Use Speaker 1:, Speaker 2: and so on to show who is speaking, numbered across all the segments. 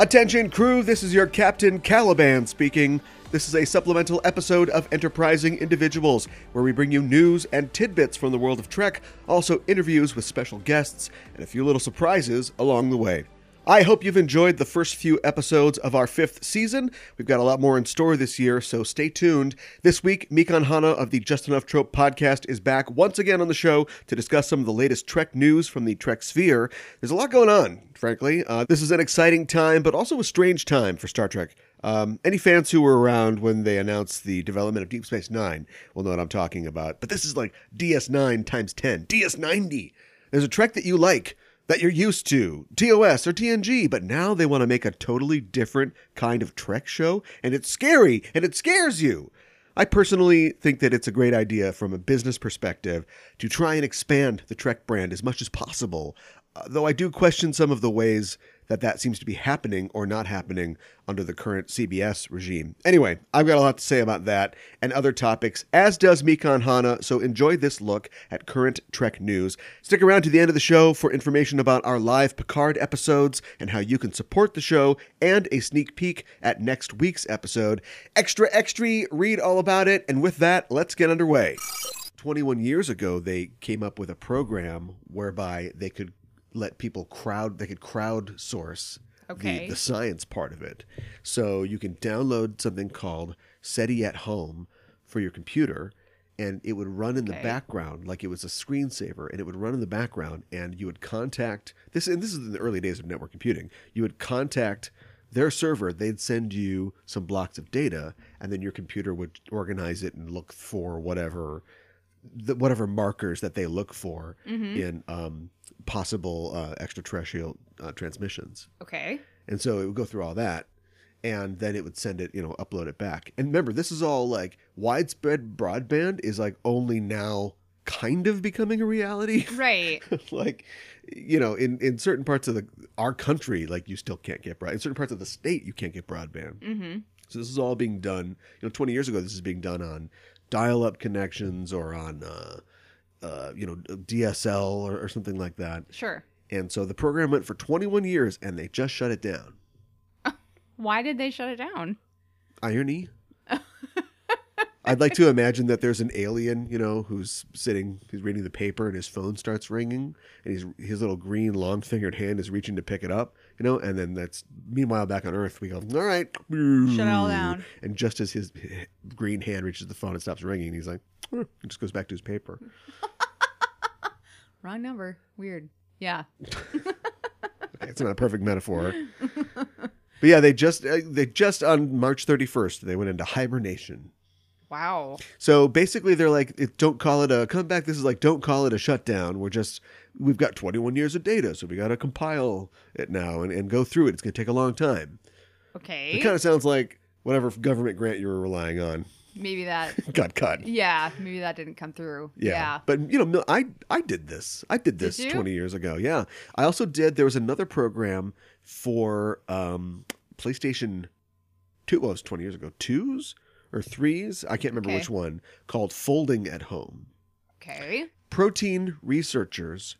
Speaker 1: Attention, crew, this is your Captain Caliban speaking. This is a supplemental episode of Enterprising Individuals, where we bring you news and tidbits from the world of Trek, also interviews with special guests, and a few little surprises along the way. I hope you've enjoyed the first few episodes of our fifth season. We've got a lot more in store this year, so stay tuned. This week, Mikan Hana of the Just Enough Trope podcast is back once again on the show to discuss some of the latest Trek news from the Trek sphere. There's a lot going on, frankly. Uh, this is an exciting time, but also a strange time for Star Trek. Um, any fans who were around when they announced the development of Deep Space Nine will know what I'm talking about. But this is like DS9 times 10, DS90. There's a Trek that you like that you're used to, TOS or TNG, but now they want to make a totally different kind of Trek show, and it's scary and it scares you. I personally think that it's a great idea from a business perspective to try and expand the Trek brand as much as possible, uh, though I do question some of the ways that that seems to be happening or not happening under the current CBS regime. Anyway, I've got a lot to say about that and other topics, as does Mikan Hana, so enjoy this look at current Trek news. Stick around to the end of the show for information about our live Picard episodes and how you can support the show and a sneak peek at next week's episode. Extra, extra, read all about it, and with that, let's get underway. 21 years ago, they came up with a program whereby they could let people crowd they could crowdsource
Speaker 2: Okay.
Speaker 1: the, the science part of it so you can download something called seti at home for your computer and it would run in the
Speaker 2: Okay.
Speaker 1: background like it was a screensaver and it would run in the background and you would contact this and this is in the early days of network computing you would contact their server they'd send you some blocks of data and then your computer would organize it and look for whatever the, whatever markers that they look for in um, possible uh, extraterrestrial uh, transmissions.
Speaker 2: Okay.
Speaker 1: And so it would go through all that, and then it would send it, you know, upload it back. And remember, this is all like widespread broadband is like only now kind of becoming a reality.
Speaker 2: Right.
Speaker 1: like, you know, in in certain parts of the our country, like you still can't get broad. In certain parts of the state, you can't get broadband.
Speaker 2: mm-hmm.
Speaker 1: So this is all being done. You know, 20 years ago, this is being done on dial-up connections or on, uh, uh, you know, DSL or, or something like that.
Speaker 2: Sure.
Speaker 1: And so the program went for 21 years, and they just shut it down.
Speaker 2: Why did they shut it down?
Speaker 1: Irony. I'd like to imagine that there's an alien, you know, who's sitting, he's reading the paper, and his phone starts ringing, and he's his little green, long-fingered hand is reaching to pick it up, you know, and then that's meanwhile back on Earth, we go, all right,
Speaker 2: Shut it all down.
Speaker 1: And just as his green hand reaches the phone, it stops ringing. And he's like, "Eh," and just goes back to his paper.
Speaker 2: Wrong number. Weird. Yeah.
Speaker 1: It's not a perfect metaphor, but yeah, they just uh, they just on March 31st they went into hibernation.
Speaker 2: Wow.
Speaker 1: So basically, they're like, it- don't call it a comeback. This is like, don't call it a shutdown. We're just we've got 21 years of data, so we got to compile it now and, and go through it. It's going to take a long time.
Speaker 2: Okay.
Speaker 1: It kind of sounds like whatever government grant you were relying on
Speaker 2: maybe that.
Speaker 1: got cut.
Speaker 2: Yeah. Maybe that didn't come through.
Speaker 1: Yeah. But you know, Mil- I I did this. I did this
Speaker 2: you?
Speaker 1: 20 years ago. Yeah. I also did there was another program for um PlayStation 2 well, it was 20 years ago. 2s or 3s? I can't remember
Speaker 2: Okay.
Speaker 1: which one called Folding at Home.
Speaker 2: Okay.
Speaker 1: Protein researchers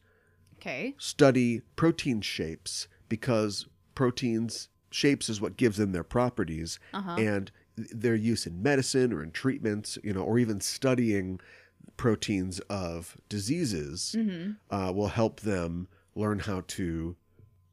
Speaker 2: Okay.
Speaker 1: study protein shapes because proteins shapes is what gives them their properties
Speaker 2: Uh-huh.
Speaker 1: and th- their use in medicine or in treatments you know or even studying proteins of diseases
Speaker 2: Mm-hmm.
Speaker 1: uh, will help them learn how to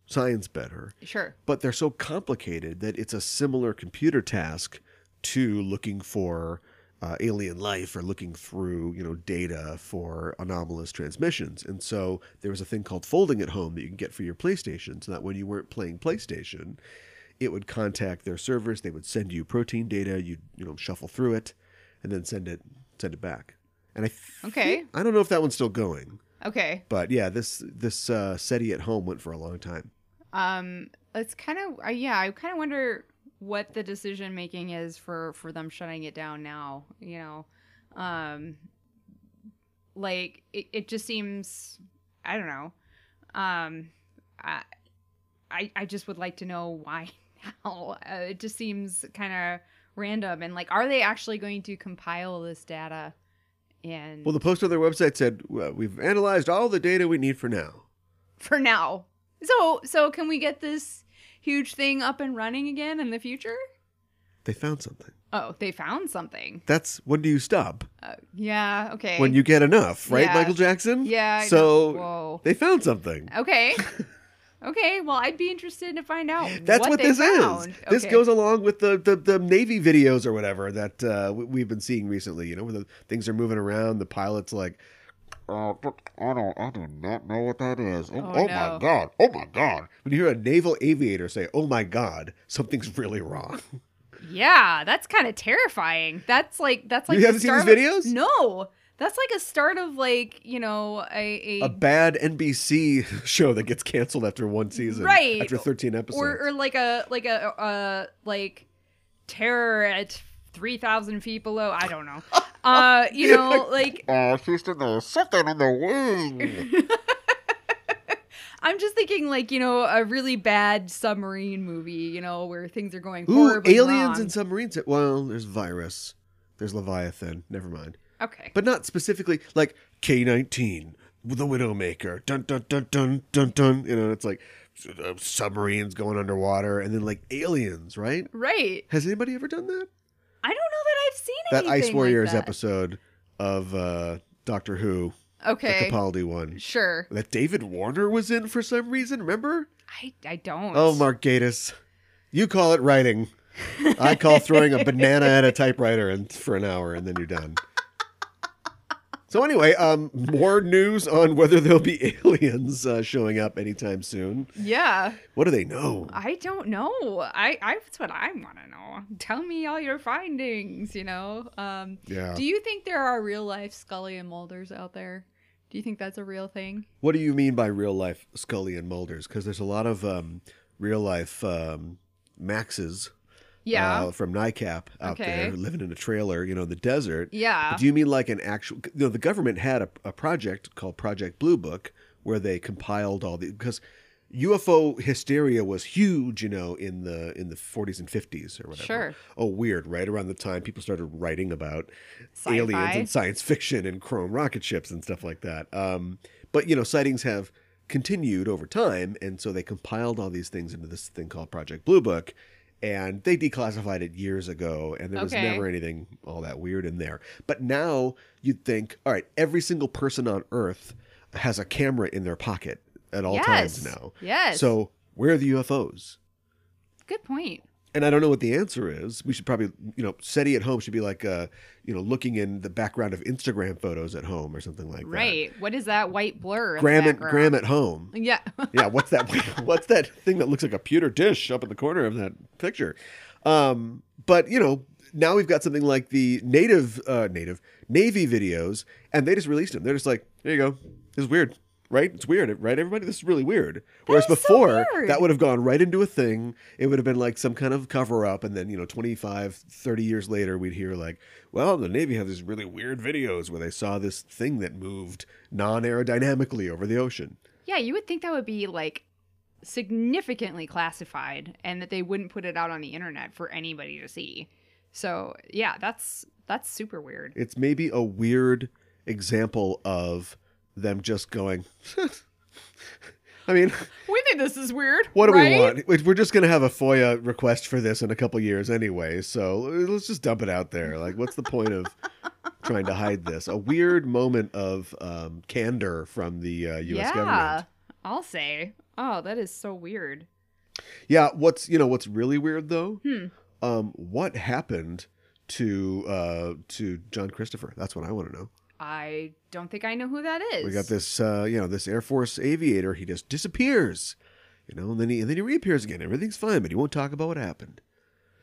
Speaker 1: science better
Speaker 2: Sure.
Speaker 1: but they're so complicated that it's a similar computer task to looking for uh, alien life or looking through you know data for anomalous transmissions and so there was a thing called folding at home that you can get for your playstation so that when you weren't playing playstation it would contact their servers they would send you protein data you you know shuffle through it and then send it send it back and i th-
Speaker 2: Okay.
Speaker 1: i don't know if that one's still going
Speaker 2: Okay.
Speaker 1: but yeah this this uh, seti at home went for a long time
Speaker 2: Um. It's kind of. Uh, yeah. I kind of wonder what the decision making is for for them shutting it down now. You know. Um. Like it. It just seems. I don't know. Um. I. I, I just would like to know why now. Uh, it just seems kind of random and like, are they actually going to compile this data? And
Speaker 1: Well, the post on their website said "Well, we've analyzed all the data we need for now.
Speaker 2: for now. So so can we get this huge thing up and running again in the future?
Speaker 1: They found something.
Speaker 2: Oh, they found something.
Speaker 1: That's when do you stop?
Speaker 2: Uh, yeah. Okay.
Speaker 1: When you get enough, right,
Speaker 2: Yeah.
Speaker 1: Michael Jackson?
Speaker 2: Yeah. I
Speaker 1: so
Speaker 2: know. uh, whoa.
Speaker 1: they found something.
Speaker 2: Okay. okay. Well, I'd be interested to find out.
Speaker 1: That's what,
Speaker 2: what, they
Speaker 1: this
Speaker 2: found.
Speaker 1: is. This
Speaker 2: Okay.
Speaker 1: goes along with the, the the Navy videos or whatever that uh, w- we've been seeing recently. You know, where the things are moving around, the pilot's like,
Speaker 3: Uh, I don't, I do not know what that is. Oh,
Speaker 2: Oh, no.
Speaker 3: oh my god! Oh my god!
Speaker 1: when you hear a naval aviator say, "Oh my God, something's really wrong."
Speaker 2: Yeah, that's kind of terrifying. That's like that's
Speaker 1: You
Speaker 2: like
Speaker 1: haven't
Speaker 2: the
Speaker 1: seen
Speaker 2: start
Speaker 1: these
Speaker 2: of-
Speaker 1: videos?
Speaker 2: no, that's like a start of like you know a, a,
Speaker 1: a bad NBC show that gets canceled after one season,
Speaker 2: Right.
Speaker 1: After thirteen episodes,
Speaker 2: or or like a like a uh like terror at three thousand feet below. I don't know. Uh, you know, like
Speaker 3: Uh, Houston, there's something in the wing.
Speaker 2: I'm just thinking like you know a really bad submarine movie. You know where things are going
Speaker 1: ooh,
Speaker 2: horribly
Speaker 1: aliens
Speaker 2: wrong.
Speaker 1: and submarines. Well, there's virus, there's Leviathan. Never mind.
Speaker 2: okay.
Speaker 1: but not specifically like K nineteen, the Widowmaker, dun dun dun dun dun dun. You know, it's like uh, submarines going underwater, and then like aliens, right?
Speaker 2: Right.
Speaker 1: Has anybody ever done that?
Speaker 2: I don't know that I've seen
Speaker 1: That
Speaker 2: anything
Speaker 1: Ice Warriors
Speaker 2: like that.
Speaker 1: episode of uh, Doctor Who,
Speaker 2: Okay.
Speaker 1: the Capaldi one,
Speaker 2: Sure.
Speaker 1: that David Warner was in for some reason. Remember?
Speaker 2: I I don't.
Speaker 1: Oh, Mark Gatiss, you call it writing. I call throwing a banana at a typewriter and for an hour, and then you're done. So anyway, um, more news on whether there'll be aliens uh, showing up anytime soon.
Speaker 2: Yeah.
Speaker 1: What do they know?
Speaker 2: I don't know. I, I that's what I want to know. Tell me all your findings. You know. Um,
Speaker 1: Yeah.
Speaker 2: Do you think there are real life Scully and Mulders out there? Do you think that's a real thing?
Speaker 1: What do you mean by real life Scully and Mulders? Because there's a lot of um, real life um, Maxes
Speaker 2: Yeah.
Speaker 1: uh, from NICAP out
Speaker 2: Okay.
Speaker 1: there living in a trailer, you know, in the desert.
Speaker 2: yeah.
Speaker 1: But do you mean like an actual? You know, the government had a, a project called Project Blue Book where they compiled all the because UFO hysteria was huge, you know, in the in the 40s and 50s or whatever.
Speaker 2: Sure.
Speaker 1: Oh, weird! Right around the time people started writing about
Speaker 2: Sci-fi.
Speaker 1: aliens and science fiction and chrome rocket ships and stuff like that. Um, but you know, sightings have continued over time, and so they compiled all these things into this thing called Project Blue Book, and they declassified it years ago, and there was
Speaker 2: Okay.
Speaker 1: never anything all that weird in there. But now you'd think, all right, every single person on Earth has a camera in their pocket at all
Speaker 2: yes.
Speaker 1: times now.
Speaker 2: Yes.
Speaker 1: So where are the UFOs?
Speaker 2: good point.
Speaker 1: and I don't know what the answer is. We should probably, you know, SETI at home should be like, uh, you know, looking in the background of Instagram photos at home or something like
Speaker 2: Right. What is that white
Speaker 1: that.
Speaker 2: blur? in the
Speaker 1: Graham at
Speaker 2: background?
Speaker 1: Graham at home.
Speaker 2: Yeah.
Speaker 1: Yeah, what's that? what's that thing that looks like a pewter dish up in the corner of that picture? Um, but you know, now we've got something like the native, uh, native Navy videos, and they just released them. They're just like, there you go. This is weird, right? It's weird, right? Everybody, this is really weird. Whereas
Speaker 2: is so
Speaker 1: before,
Speaker 2: weird.
Speaker 1: that would have gone right into a thing. It would have been like some kind of cover up, and then you know, 25, 30 years later, we'd hear like, well, the Navy had these really weird videos where they saw this thing that moved non-aerodynamically over the ocean.
Speaker 2: yeah. You would think that would be like significantly classified, and that they wouldn't put it out on the internet for anybody to see. So yeah, that's that's super weird.
Speaker 1: it's maybe a weird example of them just going I mean,
Speaker 2: We think this is weird.
Speaker 1: what do
Speaker 2: right?
Speaker 1: we want? We- We're just going to have a FOIA request for this in a couple years anyway, so let's just dump it out there. Like, what's the point of trying to hide this? A weird moment of um, candor from the uh, U.S.
Speaker 2: yeah,
Speaker 1: government.
Speaker 2: I'll say. Oh, that is so weird.
Speaker 1: Yeah. What's you know what's really weird though?
Speaker 2: Hmm.
Speaker 1: Um, what happened to uh, to John Christopher? That's what I want to know.
Speaker 2: I don't think I know who that is.
Speaker 1: We got this, uh, you know, this Air Force aviator. He just disappears, you know, and then he and then he reappears again. Everything's fine, but he won't talk about what happened.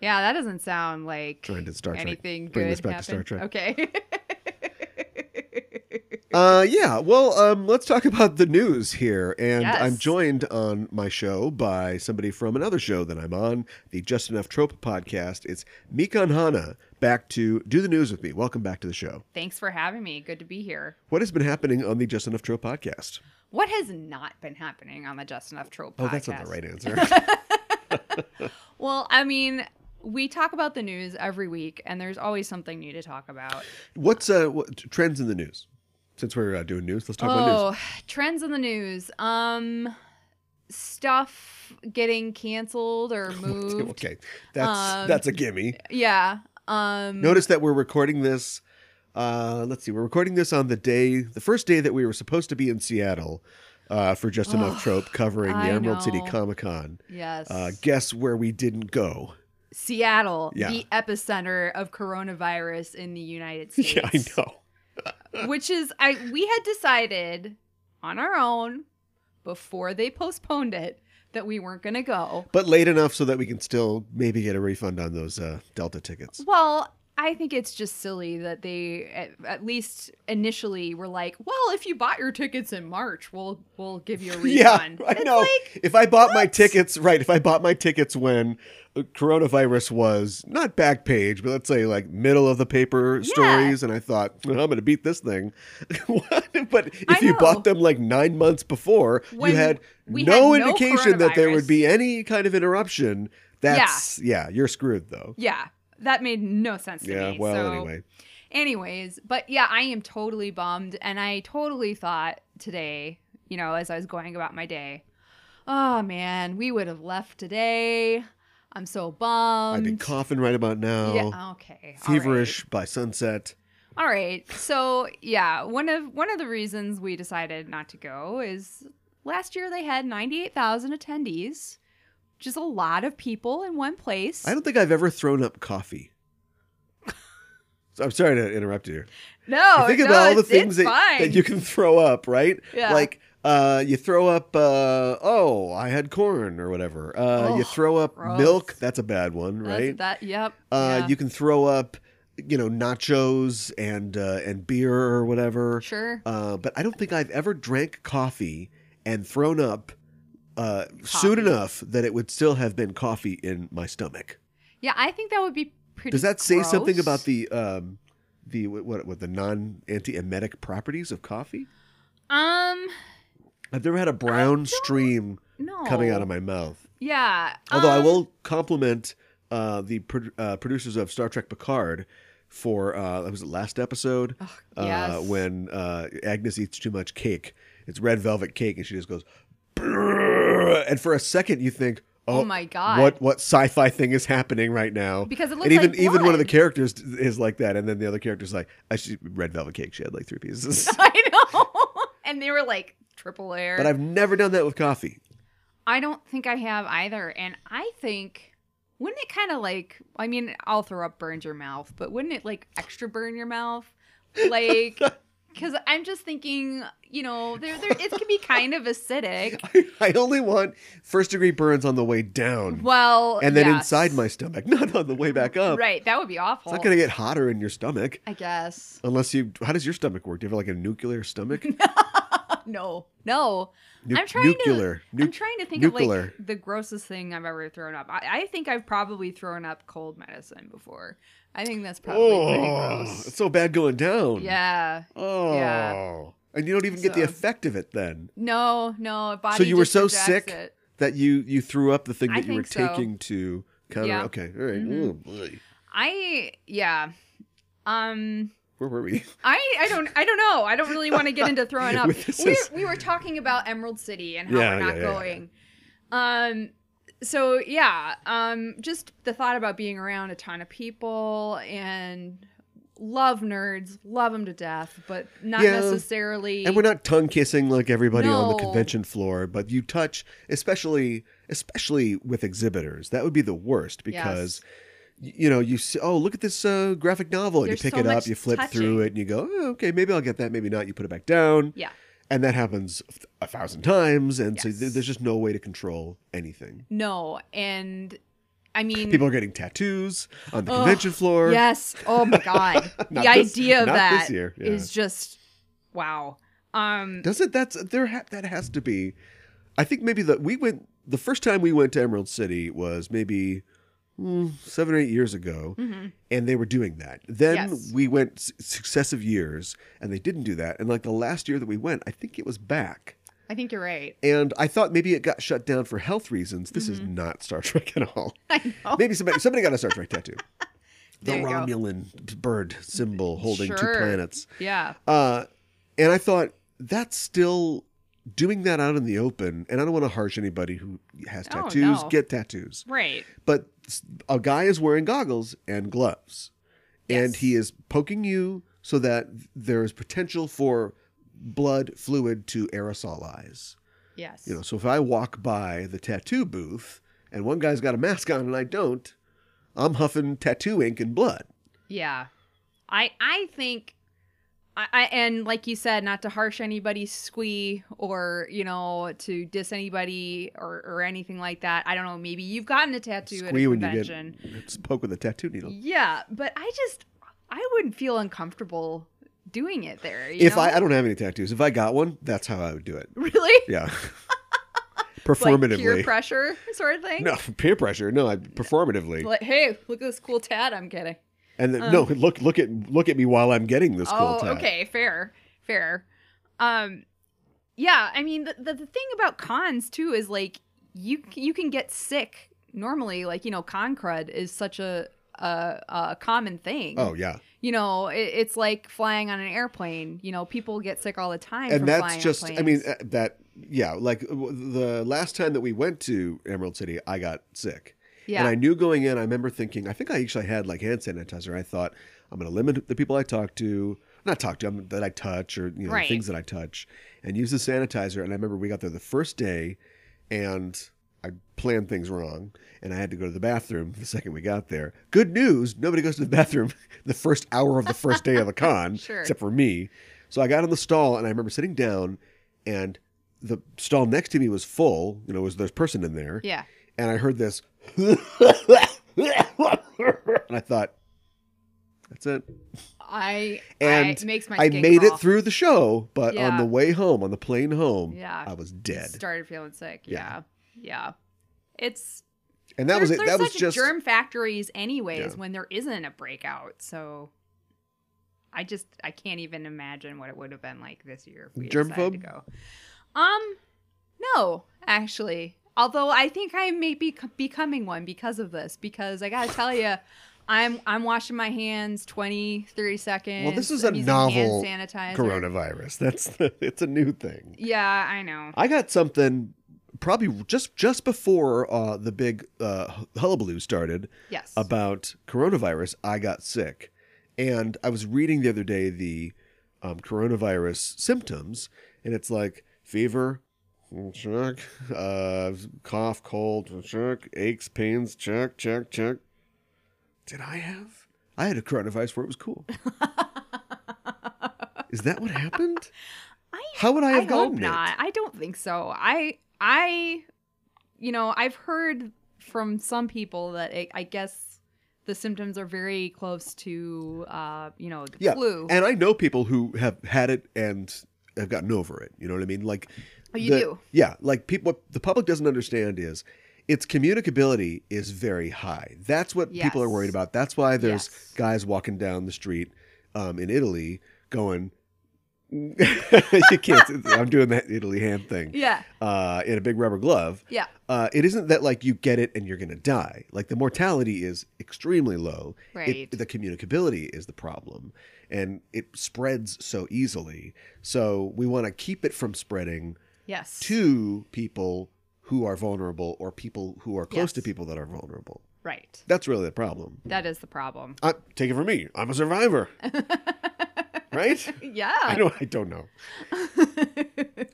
Speaker 2: Yeah, that doesn't sound like
Speaker 1: Trying to Star Trek.
Speaker 2: anything good.
Speaker 1: Bring this back to Star
Speaker 2: happened.
Speaker 1: Trek.
Speaker 2: Okay.
Speaker 1: Uh, yeah. Well, um, let's talk about the news here, and
Speaker 2: Yes.
Speaker 1: I'm joined on my show by somebody from another show that I'm on, the Just Enough Trope podcast. It's Mikan Hana back to do the news with me. Welcome back to the show.
Speaker 2: Thanks for having me. Good to be here.
Speaker 1: What has been happening on the Just Enough Trope podcast?
Speaker 2: What has not been happening on the Just Enough Trope
Speaker 1: Oh,
Speaker 2: podcast?
Speaker 1: that's not the right answer.
Speaker 2: Well, I mean, we talk about the news every week, and there's always something new to talk about.
Speaker 1: What's uh, what, trends in the news? Since we're uh, doing news, let's talk about news.
Speaker 2: oh, trends in the news. Um, stuff getting canceled or moved.
Speaker 1: okay, that's
Speaker 2: Um,
Speaker 1: that's a gimme.
Speaker 2: Yeah. Um
Speaker 1: Notice that we're recording this. Uh, let's see, we're recording this on the day, the first day that we were supposed to be in Seattle uh, for Just Enough
Speaker 2: Ugh,
Speaker 1: Trope covering the
Speaker 2: I
Speaker 1: Emerald City
Speaker 2: know.
Speaker 1: Comic Con.
Speaker 2: Yes.
Speaker 1: Uh, guess where we didn't go?
Speaker 2: Seattle,
Speaker 1: Yeah.
Speaker 2: the epicenter of coronavirus in the United States.
Speaker 1: Yeah, I know.
Speaker 2: which is I we had decided on our own before they postponed it that we weren't going to go.
Speaker 1: But late enough so that we can still maybe get a refund on those uh, Delta tickets.
Speaker 2: Well, I think it's just silly that they at, at least initially were like, "Well, if you bought your tickets in March, we'll we'll give you a refund."
Speaker 1: Yeah, I
Speaker 2: It's
Speaker 1: know.
Speaker 2: like-
Speaker 1: if I bought my
Speaker 2: what?
Speaker 1: tickets, right, if I bought my tickets when uh, coronavirus was not back page, but let's say like middle of the paper
Speaker 2: Yeah.
Speaker 1: stories, and I thought, "Well, I'm going to beat this thing. What? but if
Speaker 2: I
Speaker 1: you bought
Speaker 2: know.
Speaker 1: them like nine months before,
Speaker 2: When
Speaker 1: you had
Speaker 2: we
Speaker 1: no
Speaker 2: had no
Speaker 1: indication that there would
Speaker 2: coronavirus.
Speaker 1: be any kind of interruption. That's, yeah, you're screwed though.
Speaker 2: yeah, that made no sense to
Speaker 1: Yeah,
Speaker 2: me.
Speaker 1: well,
Speaker 2: so-
Speaker 1: anyway.
Speaker 2: Anyways, but yeah, I am totally bummed. And I totally thought today, you know, as I was going about my day, oh man, we would have left today. I'm so bummed.
Speaker 1: I'd be coughing right about now,
Speaker 2: um, Yeah, okay. all right.
Speaker 1: feverish by sunset.
Speaker 2: All right. So yeah, one of one of the reasons we decided not to go is last year they had ninety eight thousand attendees, which is a lot of people in one place.
Speaker 1: I don't think I've ever thrown up coffee. So I'm sorry to interrupt you.
Speaker 2: no,
Speaker 1: think
Speaker 2: Oh, no,
Speaker 1: about all the
Speaker 2: it's- it's
Speaker 1: things that,
Speaker 2: fine.
Speaker 1: that you can throw up, right?
Speaker 2: Yeah.
Speaker 1: Like uh, you throw up, uh, oh, I had corn or whatever. Uh, you
Speaker 2: Ugh,
Speaker 1: throw up
Speaker 2: Oh, gross.
Speaker 1: milk. That's a bad one,
Speaker 2: That's-
Speaker 1: right?
Speaker 2: That yep.
Speaker 1: uh,
Speaker 2: yeah.
Speaker 1: You can throw up, you know, nachos and uh, and beer or whatever.
Speaker 2: sure.
Speaker 1: Uh, but I don't think I've ever drank coffee and thrown up uh, soon
Speaker 2: Coffee.
Speaker 1: enough that it would still have been coffee in my stomach.
Speaker 2: Yeah, I think that would be pretty.
Speaker 1: Does that say something
Speaker 2: gross.
Speaker 1: about the um, the what, what what the non anti emetic properties of coffee?
Speaker 2: Um,
Speaker 1: I've never had a brown stream
Speaker 2: no.
Speaker 1: coming out of my mouth.
Speaker 2: Yeah.
Speaker 1: Although I
Speaker 2: um,
Speaker 1: will compliment uh, the pro- uh, producers of Star Trek Picard for uh, that was the last episode
Speaker 2: Ugh,
Speaker 1: uh,
Speaker 2: um, Oh, yes.
Speaker 1: when uh, Agnes eats too much cake. It's red velvet cake, and she just goes, "Brrr," and for a second you think,
Speaker 2: Oh,
Speaker 1: "Oh,
Speaker 2: my god.
Speaker 1: what what sci-fi thing is happening right now?"
Speaker 2: Because it looks
Speaker 1: and even
Speaker 2: like
Speaker 1: even one of the
Speaker 2: blood.
Speaker 1: characters is like that, and then the other character's like, "I she red velvet cake. She had like three pieces."
Speaker 2: I know. and they were like triple air.
Speaker 1: but I've never done that with coffee.
Speaker 2: I don't think I have either. And I think wouldn't it kind of like I mean I'll throw up burns your mouth, but wouldn't it like extra burn your mouth? Like. Because I'm just thinking, you know, there, there, it can be kind of acidic.
Speaker 1: I only want first degree burns on the way down,
Speaker 2: Well,
Speaker 1: and then
Speaker 2: yes.
Speaker 1: inside my stomach, not on the way back up.
Speaker 2: right, that would be awful.
Speaker 1: It's not going to get hotter in your stomach
Speaker 2: I guess.
Speaker 1: unless you. How does your stomach work? Do you have like a nuclear stomach?
Speaker 2: No, no.
Speaker 1: Nu-
Speaker 2: I'm trying to-
Speaker 1: nuclear. Nu-
Speaker 2: I'm trying to think
Speaker 1: nuclear.
Speaker 2: of like the grossest thing I've ever thrown up. I, I think I've probably thrown up cold medicine before. I think that's probably pretty
Speaker 1: oh, it's
Speaker 2: gross.
Speaker 1: so bad going down.
Speaker 2: Yeah.
Speaker 1: Oh. And you don't even get the
Speaker 2: So-
Speaker 1: effect of it then.
Speaker 2: No, no. Body
Speaker 1: So you were
Speaker 2: just
Speaker 1: so
Speaker 2: rejects
Speaker 1: sick
Speaker 2: it.
Speaker 1: that you you threw up the thing
Speaker 2: I
Speaker 1: that you were
Speaker 2: think so.
Speaker 1: taking to counter.
Speaker 2: Yeah.
Speaker 1: Okay, all right.
Speaker 2: Mhm.
Speaker 1: Ooh, boy.
Speaker 2: I yeah. Um
Speaker 1: Where were we?
Speaker 2: I I don't I don't know. I don't really want to get into throwing up.
Speaker 1: This
Speaker 2: we,
Speaker 1: is-
Speaker 2: we were talking about Emerald City and how
Speaker 1: Yeah,
Speaker 2: we're not
Speaker 1: yeah, yeah, yeah.
Speaker 2: going. Um so yeah, um just the thought about being around a ton of people and love nerds, love them to death, but not
Speaker 1: Yeah.
Speaker 2: necessarily
Speaker 1: And we're not tongue kissing like everybody on the
Speaker 2: No.
Speaker 1: convention floor, but you touch, especially especially with exhibitors. That would be the worst because y- you know you see, oh look at this uh, graphic novel, and you
Speaker 2: There's
Speaker 1: pick
Speaker 2: so
Speaker 1: it up,
Speaker 2: much
Speaker 1: you flip through
Speaker 2: touching.
Speaker 1: it, and you go, oh, okay, maybe I'll get that, maybe not. You put it back down,
Speaker 2: Yeah.
Speaker 1: and that happens a thousand times, and so th-
Speaker 2: Yes.
Speaker 1: there's just no way to control anything.
Speaker 2: No, and I mean
Speaker 1: People are getting tattoos on the
Speaker 2: Ugh,
Speaker 1: convention floor.
Speaker 2: Yes. Oh my god. the
Speaker 1: Not this-
Speaker 2: idea of
Speaker 1: not
Speaker 2: that
Speaker 1: this year, yeah.
Speaker 2: is just wow. Um
Speaker 1: Doesn't that's there ha- that has to be? I think maybe that we went the first time we went to Emerald City was maybe mm, seven or eight years ago,
Speaker 2: mhm.
Speaker 1: and they were doing that. Then
Speaker 2: Yes.
Speaker 1: we went s- successive years, and they didn't do that. And like the last year that we went, I think it was back.
Speaker 2: I think you're right.
Speaker 1: And I thought maybe it got shut down for health reasons. This
Speaker 2: Mm-hmm.
Speaker 1: is not Star Trek at all.
Speaker 2: I know.
Speaker 1: Maybe somebody somebody got a Star Trek tattoo. The
Speaker 2: There you go.
Speaker 1: Romulan bird symbol holding two
Speaker 2: Sure.
Speaker 1: planets.
Speaker 2: Yeah.
Speaker 1: Uh, and I thought that's still doing that out in the open, and I don't want to harsh anybody who has
Speaker 2: Oh,
Speaker 1: tattoos,
Speaker 2: no.
Speaker 1: get tattoos.
Speaker 2: Right.
Speaker 1: But s- a guy is wearing goggles and gloves, and
Speaker 2: Yes.
Speaker 1: he is poking you so that there is potential for blood fluid to aerosolize.
Speaker 2: Yes.
Speaker 1: You know, so if I walk by the tattoo booth and one guy's got a mask on and I don't, I'm huffing tattoo ink and blood.
Speaker 2: Yeah. I I think I, I and like you said, not to harsh anybody's squee or, you know, to diss anybody or, or anything like that. I don't know, maybe you've gotten a tattoo at a
Speaker 1: Squee when you get
Speaker 2: convention.
Speaker 1: it's poke with a tattoo needle.
Speaker 2: Yeah, but I just I wouldn't feel uncomfortable doing it there. You
Speaker 1: If
Speaker 2: know?
Speaker 1: I, I don't have any tattoos, if I got one, that's how I would do it.
Speaker 2: really
Speaker 1: Yeah.
Speaker 2: like peer
Speaker 1: performatively.
Speaker 2: pressure sort of thing.
Speaker 1: no, peer pressure. No, I, performatively.
Speaker 2: Like, hey, look at this cool tat I'm getting.
Speaker 1: and then,
Speaker 2: um,
Speaker 1: no, look look at look at me while I'm getting this cool
Speaker 2: oh,
Speaker 1: tat.
Speaker 2: okay, fair, fair. Um, yeah, I mean the, the the thing about cons too is like you c- you can get sick normally. Like you know, con crud is such a a, a common thing.
Speaker 1: Oh yeah.
Speaker 2: you know, it, it's like flying on an airplane. You know, people get sick all the time. from
Speaker 1: and
Speaker 2: flying
Speaker 1: that's
Speaker 2: on
Speaker 1: just i mean
Speaker 2: planes.
Speaker 1: uh, that yeah like w- the last time that we went to emerald city i got sick
Speaker 2: yeah,
Speaker 1: and i knew going in i remember thinking i think i actually had like hand sanitizer i thought i'm going to limit the people i talk to not talk to them that i touch or you know
Speaker 2: Right.
Speaker 1: things that i touch and use the sanitizer and i remember we got there the first day and i planned things wrong and i had to go to the bathroom the second we got there good news nobody goes to the bathroom the first hour of the first day of a con
Speaker 2: Sure.
Speaker 1: except for me so i got in the stall and i remember sitting down and the stall next to me was full you know was there's a person in there
Speaker 2: yeah,
Speaker 1: and I heard this, and I thought, "That's it."
Speaker 2: I I,
Speaker 1: And
Speaker 2: it makes my
Speaker 1: I
Speaker 2: skin
Speaker 1: made
Speaker 2: crawl.
Speaker 1: it through the show, but on
Speaker 2: Yeah.
Speaker 1: the way home, on the plane home,
Speaker 2: Yeah,
Speaker 1: I was
Speaker 2: you
Speaker 1: dead.
Speaker 2: Started feeling sick.
Speaker 1: Yeah.
Speaker 2: Yeah, yeah. It's
Speaker 1: And that was
Speaker 2: There's-
Speaker 1: it.
Speaker 2: There's
Speaker 1: That was
Speaker 2: such
Speaker 1: just
Speaker 2: germ factories, anyways,
Speaker 1: Yeah.
Speaker 2: when there isn't a breakout. So I just I can't even imagine what it would have been like this year. If we had decided to
Speaker 1: Germphobe?
Speaker 2: go. Um, no, actually. Although I think I may be becoming one because of this, because I gotta tell you, I'm I'm washing my hands 20, 30 seconds.
Speaker 1: well. This is
Speaker 2: I'm
Speaker 1: a
Speaker 2: using hand
Speaker 1: novel
Speaker 2: sanitizer.
Speaker 1: coronavirus. That's it's a new thing.
Speaker 2: Yeah, I know.
Speaker 1: I got something probably just just before uh, the big uh, hullabaloo started.
Speaker 2: Yes.
Speaker 1: about coronavirus, I got sick. And I was reading the other day the um, coronavirus symptoms, and it's like fever, check, uh, cough, cold, check, aches, pains, check, check, check. Did I have? I had a coronavirus where it was cool. Is that what happened?
Speaker 2: I-
Speaker 1: How would I have
Speaker 2: I
Speaker 1: gotten
Speaker 2: hope
Speaker 1: it?
Speaker 2: not. I don't think so. I I you know, I've heard from some people that it, I guess the symptoms are very close to uh, you know, the
Speaker 1: Yeah,
Speaker 2: flu.
Speaker 1: And I know people who have had it and have gotten over it. You know what I mean? Like,
Speaker 2: Oh, you
Speaker 1: the-
Speaker 2: do?
Speaker 1: Yeah, like people. What the public doesn't understand is its communicability is very high. That's what people are
Speaker 2: Yes.
Speaker 1: worried about. That's why there's
Speaker 2: Yes.
Speaker 1: guys walking down the street um, in Italy going. you can't. I'm doing that Italy hand thing
Speaker 2: yeah.
Speaker 1: uh, in a big rubber glove.
Speaker 2: Yeah.
Speaker 1: Uh, it isn't that like you get it and you're going to die. Like the mortality is extremely low. It-
Speaker 2: Right.
Speaker 1: the communicability is the problem, and it spreads so easily. So we want to keep it from spreading
Speaker 2: Yes.
Speaker 1: to people who are vulnerable or people who are close
Speaker 2: Yes.
Speaker 1: to people that are vulnerable.
Speaker 2: Right.
Speaker 1: That's really the problem.
Speaker 2: That is the problem.
Speaker 1: I, take it from me. I'm a survivor,
Speaker 2: Uh,
Speaker 1: right? I
Speaker 2: yeah.
Speaker 1: don't. I don't know.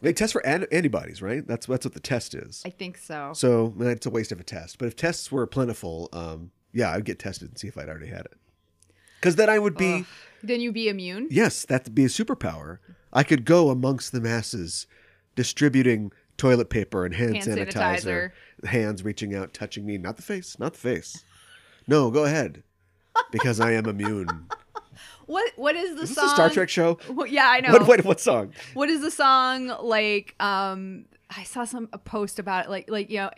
Speaker 1: They test for an- antibodies, right? That's that's what the test is.
Speaker 2: I think so.
Speaker 1: So that's a waste of a test. But if tests were plentiful, um, yeah, I'd get tested and see if I'd already had it. Because then I would be,
Speaker 2: Ugh. Then you be immune?
Speaker 1: yes, that'd be a superpower. I could go amongst the masses distributing toilet paper and hand,
Speaker 2: Hand
Speaker 1: sanitizer, hands reaching out, touching me, not the face, not the face. No, go ahead. Because I am immune.
Speaker 2: What what is the
Speaker 1: Is this
Speaker 2: song?
Speaker 1: a Star Trek show?
Speaker 2: Well, yeah, I know.
Speaker 1: What, what, what song?
Speaker 2: what is the song like um i saw some a post about it like like you know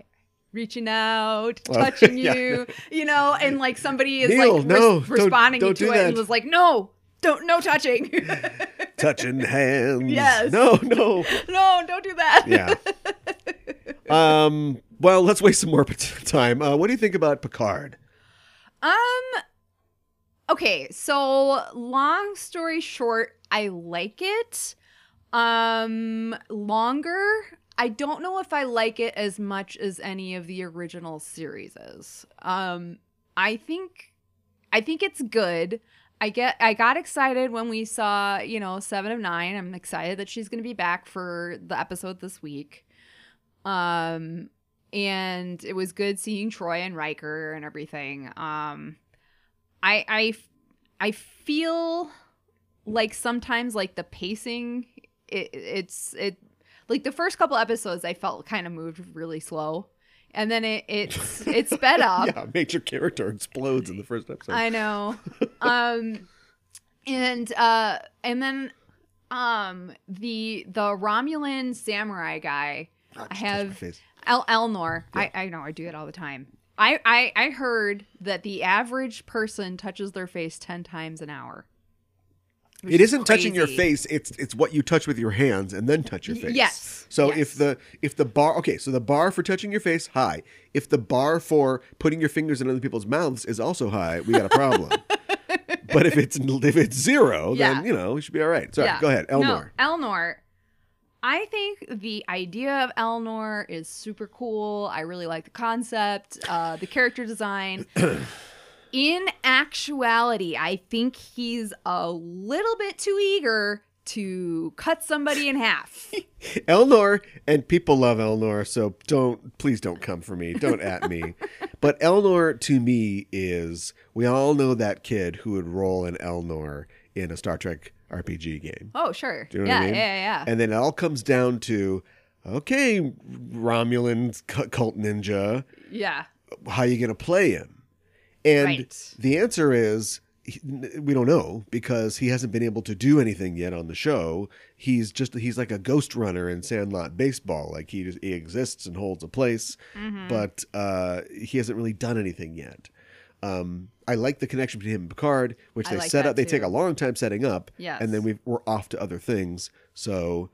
Speaker 2: reaching out
Speaker 1: Oh,
Speaker 2: touching
Speaker 1: yeah.
Speaker 2: you you know and like somebody is
Speaker 1: Neil,
Speaker 2: like
Speaker 1: no, don't-
Speaker 2: responding
Speaker 1: don't
Speaker 2: to
Speaker 1: do
Speaker 2: it
Speaker 1: that.
Speaker 2: and was like no don't no touching
Speaker 1: Touching hands.
Speaker 2: Yes.
Speaker 1: No, no.
Speaker 2: no don't do that
Speaker 1: Yeah. Um. Well, let's waste some more p- time. Uh, what do you think about Picard?
Speaker 2: um okay so long story short i like it Um, longer. I don't know if I like it as much as any of the original series is. Um, I think, I think it's good. I get, I got excited when we saw, you know, Seven of Nine. I'm excited that she's going to be back for the episode this week. Um, and it was good seeing Troy and Riker and everything. Um, I, I, I feel like sometimes like the pacing it, it's it like the first couple episodes i felt kind of moved really slow and then it it's it sped up
Speaker 1: yeah, a major character explodes in the first episode.
Speaker 2: i know um and uh and then um the the romulan samurai guy
Speaker 1: Ah,
Speaker 2: i
Speaker 1: just touched my
Speaker 2: have
Speaker 1: face.
Speaker 2: El- Elnor.
Speaker 1: Yeah.
Speaker 2: I, I know I do it all the time. I, I I heard that the average person touches their face ten times an hour. which
Speaker 1: It
Speaker 2: is
Speaker 1: isn't touching your
Speaker 2: crazy.
Speaker 1: face. It's it's what you touch with your hands and then touch your
Speaker 2: Y-
Speaker 1: face.
Speaker 2: yes,
Speaker 1: So
Speaker 2: yes.
Speaker 1: if the if the bar okay, so the bar for touching your face high. If the bar for putting your fingers in other people's mouths is also high, we got a problem. but if it's if it's zero,
Speaker 2: Yeah.
Speaker 1: then you know we should be all right. Sorry,
Speaker 2: Yeah.
Speaker 1: go ahead,
Speaker 2: No,
Speaker 1: Elmore.
Speaker 2: Elnor. I think the idea of Elnor is super cool. I really like the concept, uh, the character design. In actuality, I think he's a little bit too eager to cut somebody in half.
Speaker 1: Elnor and people love Elnor, so don't please don't come for me. Don't at me. But Elnor to me is we all know that kid who would roll an Elnor in a Star Trek RPG game.
Speaker 2: Oh, sure.
Speaker 1: Do you know
Speaker 2: yeah,
Speaker 1: what I mean?
Speaker 2: yeah, yeah, yeah.
Speaker 1: And then it all comes down to okay, Romulan cu- cult ninja,
Speaker 2: Yeah.
Speaker 1: how you going to play him? And
Speaker 2: Right.
Speaker 1: the answer is he- n- we don't know because he hasn't been able to do anything yet on the show. He's just he's like a ghost runner in Sandlot baseball, like he just, he exists and holds a place,
Speaker 2: Mm-hmm.
Speaker 1: but uh, he hasn't really done anything yet. Um, I like the connection between him and Picard, which
Speaker 2: I
Speaker 1: they
Speaker 2: like
Speaker 1: set
Speaker 2: that
Speaker 1: up. They
Speaker 2: too.
Speaker 1: take a long time setting up,
Speaker 2: Yes.
Speaker 1: and then we we're off to other things. So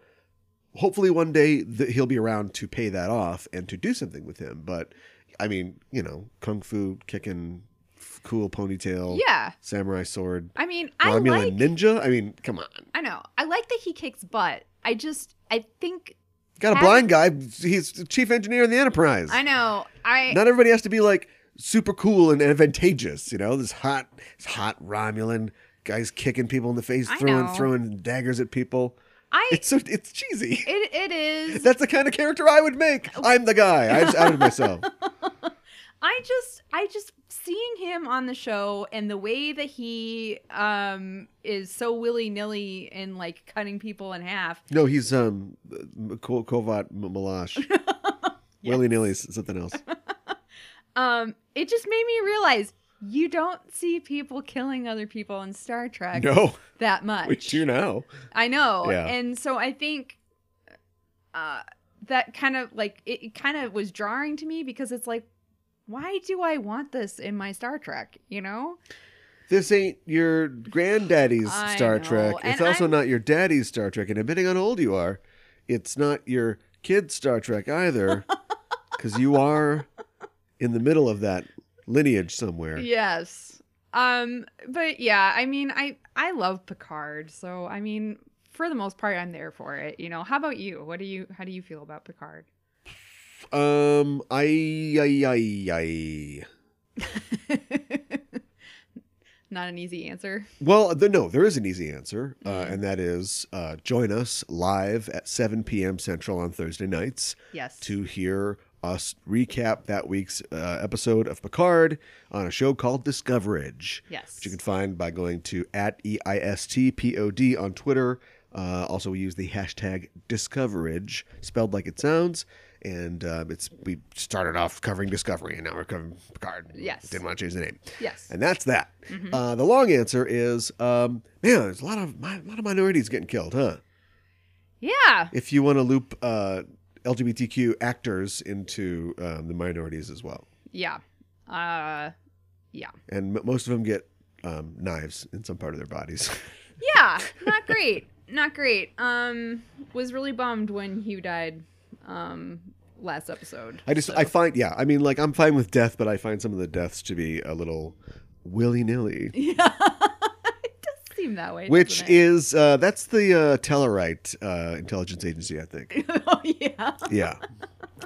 Speaker 1: hopefully one day th- he'll be around to pay that off and to do something with him. But I mean, you know, kung fu kicking, f- cool ponytail,
Speaker 2: Yeah.
Speaker 1: samurai sword,
Speaker 2: I mean, I
Speaker 1: Romulan
Speaker 2: like
Speaker 1: ninja. I mean, come on,
Speaker 2: I know. I like that he kicks butt. I just I think
Speaker 1: got a
Speaker 2: Have-
Speaker 1: blind guy. He's the chief engineer in the Enterprise.
Speaker 2: I know. I
Speaker 1: Not everybody has to be like super cool and advantageous. You know, this hot, this hot Romulan guy's kicking people in the face,
Speaker 2: I
Speaker 1: throwing
Speaker 2: know.
Speaker 1: throwing daggers at people.
Speaker 2: I
Speaker 1: It's so it's cheesy.
Speaker 2: it, it is
Speaker 1: That's the kind of character I would make.
Speaker 2: Oh.
Speaker 1: I'm the guy. I just outed myself.
Speaker 2: I just I just seeing him on the show and the way that he um is so willy-nilly in like cutting people in half.
Speaker 1: No, he's um M- Ko- Kovat M- Milosh. Willy nilly is something else.
Speaker 2: Um it just made me realize you don't see people killing other people in Star Trek
Speaker 1: No,
Speaker 2: that much.
Speaker 1: we do now.
Speaker 2: I know.
Speaker 1: Yeah.
Speaker 2: And so I think uh that kind of like it, it kind of was jarring to me because it's like why do I want this in my Star Trek, you know?
Speaker 1: This ain't your granddaddy's
Speaker 2: I
Speaker 1: Star
Speaker 2: know,
Speaker 1: Trek.
Speaker 2: and
Speaker 1: It's also
Speaker 2: I'm-
Speaker 1: not your daddy's Star Trek. And depending on how old you are, it's not your kid's Star Trek either, because you are in the middle of that lineage somewhere.
Speaker 2: Yes. Um but yeah, I mean I I love Picard, so I mean for the most part I'm there for it, you know. How about you? What do you how do you feel about Picard?
Speaker 1: Um, I, I, I, I.
Speaker 2: Not an easy answer.
Speaker 1: Well, the, no, there is an easy answer, uh,
Speaker 2: Mm-hmm.
Speaker 1: and that is uh, join us live at 7 p.m. Central on Thursday nights
Speaker 2: Yes.
Speaker 1: to hear us recap that week's uh, episode of Picard on a show called Discoverage,
Speaker 2: yes.
Speaker 1: which you can find by going to at E EISTPOD on Twitter. Uh, also, we use the hashtag Discoverage, spelled like it sounds. And um, it's we started off covering Discovery, and now we're covering Picard.
Speaker 2: Yes.
Speaker 1: Didn't want to change the name.
Speaker 2: yes.
Speaker 1: And that's that. Uh, the long answer is, um, man, there's a lot of mi- a lot of minorities getting killed, huh?
Speaker 2: yeah.
Speaker 1: If you want to loop uh, LGBTQ actors into um, the minorities as well,
Speaker 2: Yeah. Uh yeah.
Speaker 1: and m- most of them get um, knives in some part of their bodies.
Speaker 2: yeah not great not great um was really bummed when hugh died um last episode
Speaker 1: I just I find yeah, I mean like I'm fine with death, but I find some of the deaths to be a little willy nilly.
Speaker 2: yeah it does seem that way.
Speaker 1: which
Speaker 2: doesn't it?
Speaker 1: is uh, that's the uh, Tellarite uh, intelligence agency, I think.
Speaker 2: oh yeah.
Speaker 1: Yeah,